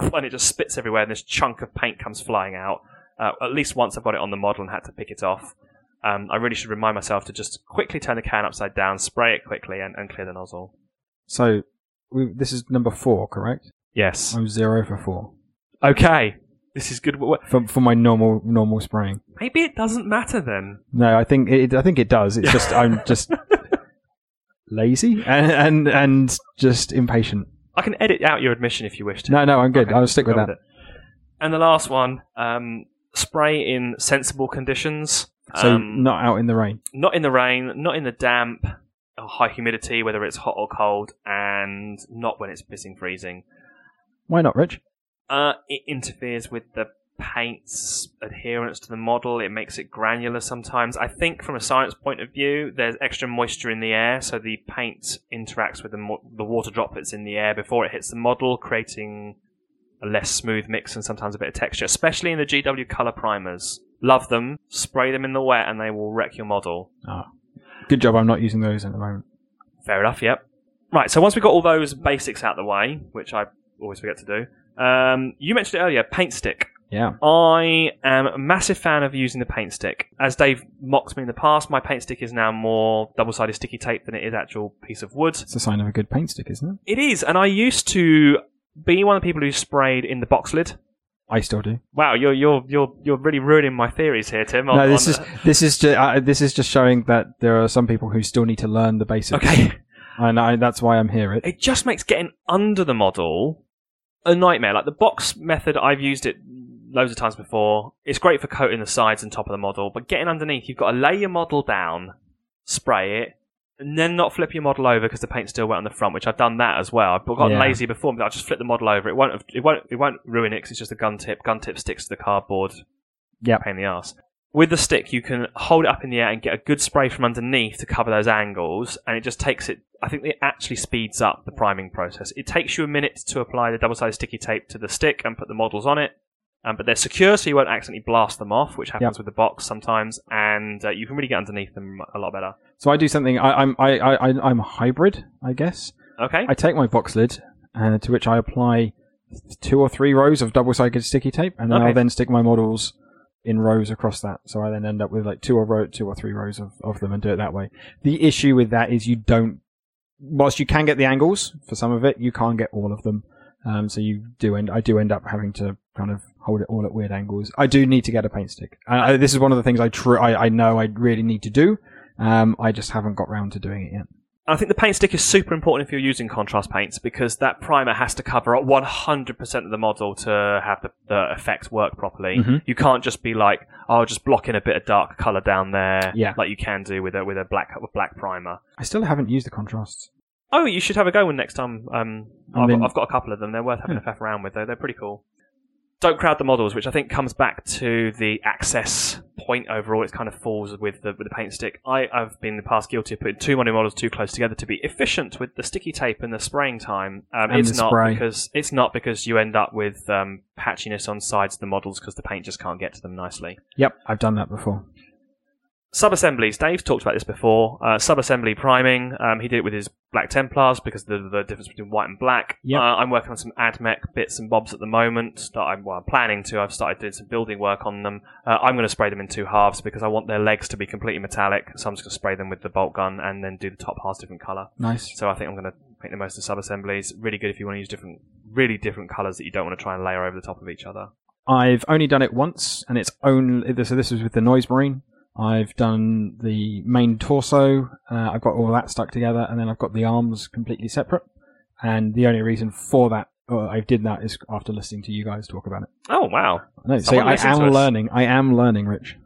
A: and it just spits everywhere, and this chunk of paint comes flying out. Uh, at least once I got it on the model and had to pick it off. Um, I really should remind myself to just quickly turn the can upside down, spray it quickly, and, and clear the nozzle.
B: So we, this is number four, correct?
A: Yes.
B: I'm zero for four
A: Okay. This is good. wo-
B: for for my normal normal spraying.
A: Maybe it doesn't matter then.
B: No, I think it, I think it does. It's just I'm just lazy and, and and just impatient.
A: I can edit out your admission if you wish to.
B: No, no, I'm good.
A: Okay,
B: I'll stick with
A: go
B: that.
A: it. And the last one, um, spray in sensible conditions.
B: So
A: Um,
B: not out in the rain.
A: not in the rain, not in the damp or high humidity, whether it's hot or cold, and not when it's pissing freezing.
B: Why not, Rich?
A: Uh, it interferes with the paint's adherence to the model. It makes it granular sometimes. I think, from a science point of view, there's extra moisture in the air, so the paint interacts with the, mo- the water droplets in the air before it hits the model, creating a less smooth mix and sometimes a bit of texture, especially in the GW color primers. Love them, spray them in the wet, and they will wreck your model.
B: Good job. I'm not using those at the moment.
A: Fair enough, yep. Right, so once we got all those basics out of the way, which I always forget to do, um, you mentioned it earlier, paint stick.
B: Yeah.
A: I am a massive fan of using the paint stick. As Dave mocked me in the past, my paint stick is now more double sided sticky tape than it is actual piece of wood.
B: It's a sign of a good paint stick, isn't
A: It
B: it?
A: is, and I used to be one of the people who sprayed in the box lid.
B: I still do.
A: Wow, you're you're you're you're really ruining my theories here, Tim. on-
B: no, this
A: on-
B: is this is just uh, this is just showing that there are some people who still need to learn the basics.
A: okay.
B: and I, that's why I'm here. It
A: it just makes getting under the model a nightmare. Like the box method, I've used it loads of times before. It's great for coating the sides and top of the model, but getting underneath, you've got to lay your model down, spray it, and then not flip your model over because the paint's still wet on the front. Which I've done that as well. I've gotten
B: Yeah.
A: lazy before, but I'll just flip the model over. It won't. have- It won't. It won't ruin it 'cause it's just a gun tip. Gun tip sticks to the cardboard.
B: Yep.
A: pain in the ass. With the stick, you can hold it up in the air and get a good spray from underneath to cover those angles, and it just takes it. I think it actually speeds up the priming process. It takes you a minute to apply the double-sided sticky tape to the stick and put the models on it, um, but they're secure, so you won't accidentally blast them off, which happens with the box sometimes, and uh, you can really get underneath them a lot better.
B: So I do something. I, I'm I, I I- I'm hybrid, I guess.
A: Okay,
B: I take my box lid, uh, to which I apply two or three rows of double-sided sticky tape, and then
A: Okay.
B: I'll then stick my models in rows across that. So I then end up with like two or row, two or three rows of, of them, and do it that way. The issue with that is you don't. Whilst you can get the angles for some of it, you can't get all of them. Um, so you do end. I do end up having to kind of hold it all at weird angles. I do need to get a paint stick. I, I, this is one of the things I, tr- I I know I really need to do. Um, I just haven't got round to doing it yet.
A: I think the paint stick is super important if you're using contrast paints because that primer has to cover up 100% of the model to have the, the effect work properly.
B: Mhm.
A: You can't just be like, oh, just block in a bit of dark color down there,
B: Yeah.
A: like you can do with a with a black with black primer.
B: I still haven't used the contrasts.
A: Oh, you should have a go one next time. Um,
B: I
A: I've,
B: mean-
A: I've got a couple of them. They're worth having a faff around with, though. They're pretty cool. Don't crowd the models, which I think comes back to the access point overall. It kind of falls with the, with the paint stick. I, I've been in the past guilty of putting too many models too close together to be efficient with the sticky tape and the spraying time. Um,
B: And
A: it's
B: the
A: not
B: spray.
A: because it's not because you end up with um, patchiness on sides of the models because the paint just can't get to them nicely.
B: Yep, I've done that before.
A: Sub-assemblies. Dave's talked about this before. Uh, sub-assembly priming. Um, he did it with his Black Templars because of the, the difference between white and black.
B: Yep.
A: Uh, I'm working on some AdMech bits and bobs at the moment that I'm, well, I'm planning to. I've started doing some building work on them. Uh, I'm going to spray them in two halves because I want their legs to be completely metallic. So I'm just going to spray them with the bolt gun and then do the top halves different color.
B: Nice.
A: So I think I'm going to make the most of sub-assemblies. Really good if you want to use different, really different colors that you don't want to try and layer over the top of each other.
B: I've only done it once, and it's only so. This was with the Noise Marine. I've done the main torso. Uh, I've got all that stuck together, and then I've got the arms completely separate. And the only reason for that, uh, I did that, is after listening to you guys talk about it.
A: Oh, wow.
B: No, so
A: Someone
B: I
A: listen to
B: am
A: us.
B: learning. I am learning, Rich,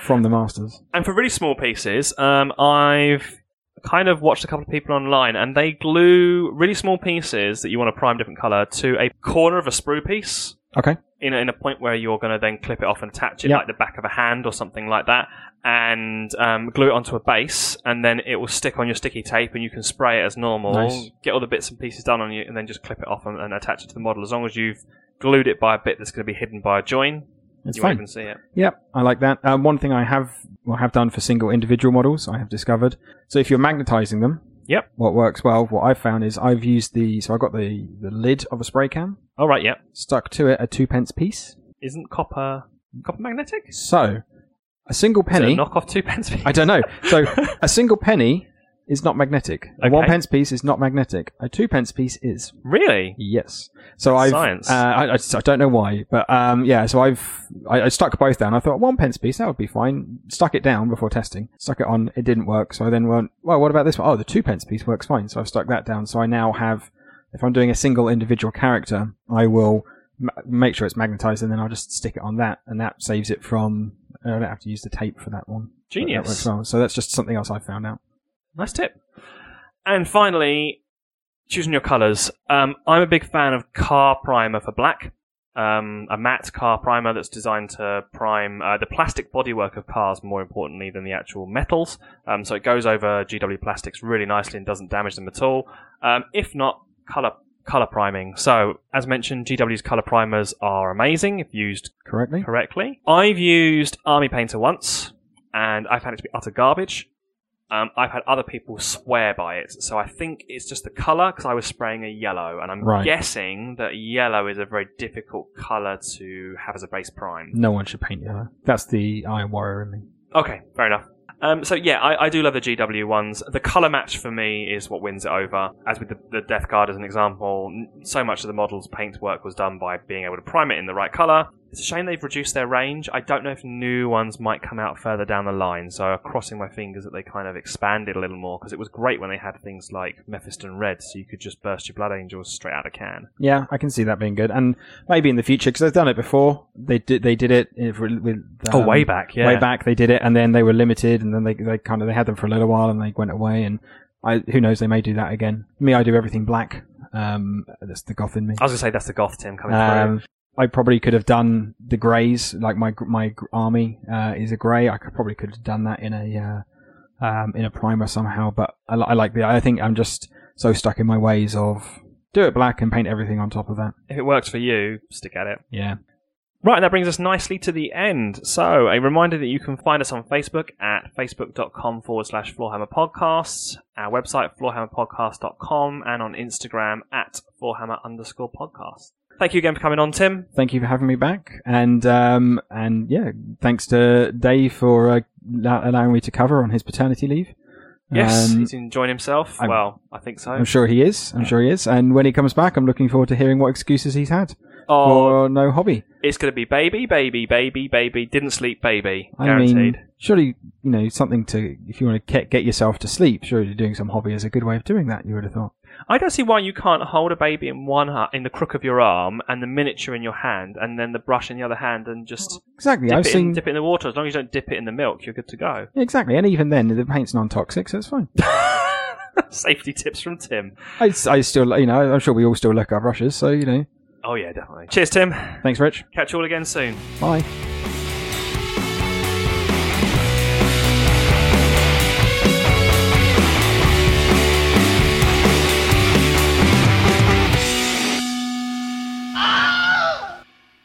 B: from the masters.
A: and for really small pieces, um, I've kind of watched a couple of people online, and they glue really small pieces that you want to prime different color to a corner of a sprue piece.
B: Okay.
A: In a, in a point where you're going to then clip it off and attach it
B: Yep.
A: like the back of a hand or something like that, and um, glue it onto a base, and then it will stick on your sticky tape, and you can spray it as normal.
B: Nice.
A: Get all the bits and pieces done on you, and then just clip it off and, and attach it to the model. As long as you've glued it by a bit that's going to be hidden by a join,
B: It's
A: you
B: fine.
A: won't even see it.
B: Yep, I like that. Um, one thing I have well, have done for single individual models, I have discovered. So if you're magnetizing them,
A: Yep.
B: what works well, what I've found is I've used the so I got the the lid of a spray can,
A: All right, yeah.
B: stuck to it a two pence piece.
A: Isn't copper copper magnetic?
B: So a single
A: So
B: penny,
A: knock off two pence.
B: I don't know. So a single penny is not magnetic. A
A: Okay.
B: one pence piece is not magnetic. A two pence piece is
A: really?
B: Yes. So I've
A: Science.
B: Uh, I, I, I don't know why, but um, yeah. So I've I, I stuck both down. I thought one pence piece that would be fine. Stuck it down before testing. Stuck it on. It didn't work. So I then went, well, what about this one? Oh, the two pence piece works fine. So I've stuck that down. So I now have, if I'm doing a single individual character, I will m- make sure it's magnetized, and then I'll just stick it on that, and that saves it from I don't have to use the tape for that one. But that
A: Genius.
B: works well. So that's just something else I found out.
A: Nice tip. And finally, choosing your colours. Um, I'm a big fan of car primer for black. Um, a matte car primer that's designed to prime uh, the plastic bodywork of cars more importantly than the actual metals. Um, so it goes over GW plastics really nicely and doesn't damage them at all. Um, if not, colour colour priming. So as mentioned, GW's colour primers are amazing if used
B: Correctly?
A: correctly. I've used Army Painter once, and I found it to be utter garbage. Um, I've had other people swear by it, so I think it's just the color because I was spraying a yellow, and I'm
B: Right.
A: guessing that yellow is a very difficult color to have as a base prime.
B: No one should paint yellow. That's the Iron Warrior in me.
A: Okay, fair enough. Um, so yeah, I, I do love the GW ones. The color match for me is what wins it over. As with the, the Death Guard as an example, n- so much of the model's paint work was done by being able to prime it in the right color. It's a shame they've reduced their range. I don't know if new ones might come out further down the line. So I'm crossing my fingers that they kind of expanded a little more because it was great when they had things like Mephiston Red, so you could just burst your Blood Angels straight out of can.
B: Yeah, I can see that being good, and maybe in the future because they've done it before. They did they did it if- with
A: Oh,
B: um,
A: way back, yeah.
B: way back they did it, and then they were limited, and then they they kind of they had them for a little while, and they went away, and I who knows they may do that again. Me, I do everything black. Um, that's the goth in me.
A: I was gonna say Oh, that's the Goth Tim coming through.
B: Um, I probably could have done the greys, like my gr- my gr- army uh, is a grey. I could, probably could have done that in a uh, um, in a primer somehow. But I, li- I like the. I think I'm just so stuck in my ways of do it black and paint everything on top of that.
A: If it works for you, stick at it.
B: Yeah.
A: Right, that brings us nicely to the end. So, a reminder that you can find us on Facebook at facebook.com forward slash Floorhammer Podcasts, our website, floorhammerpodcast.com, and on Instagram at floorhammer underscore podcast. Thank you again for coming on, Tim.
B: thank you for having me back and um and yeah thanks to dave for uh, la- allowing me to cover on his paternity leave
A: Yes,
B: Um,
A: he's enjoying himself.
B: I'm-
A: well, I think so.
B: i'm sure he is i'm sure he is and when he comes back i'm looking forward to hearing what excuses he's had
A: oh,
B: for no hobby
A: it's going to be baby, baby, baby, baby, didn't sleep, baby.
B: i
A: Guaranteed.
B: mean surely you know something to if you want to get, get yourself to sleep surely doing some hobby is a good way of doing that you would have thought
A: I don't see why you can't hold a baby in one ha- in the crook of your arm and the miniature in your hand and then the brush in the other hand and just.
B: exactly
A: Dip
B: i've
A: it, in,
B: seen
A: dip it in the water. As long as you don't dip it in the milk, you're good to go.
B: exactly and even then the paint's non-toxic so it's fine
A: Safety tips from Tim.
B: I, I still you know i'm sure we all still look our brushes so you know
A: Oh, yeah, definitely. Cheers, Tim.
B: thanks rich
A: Catch you all again soon.
B: bye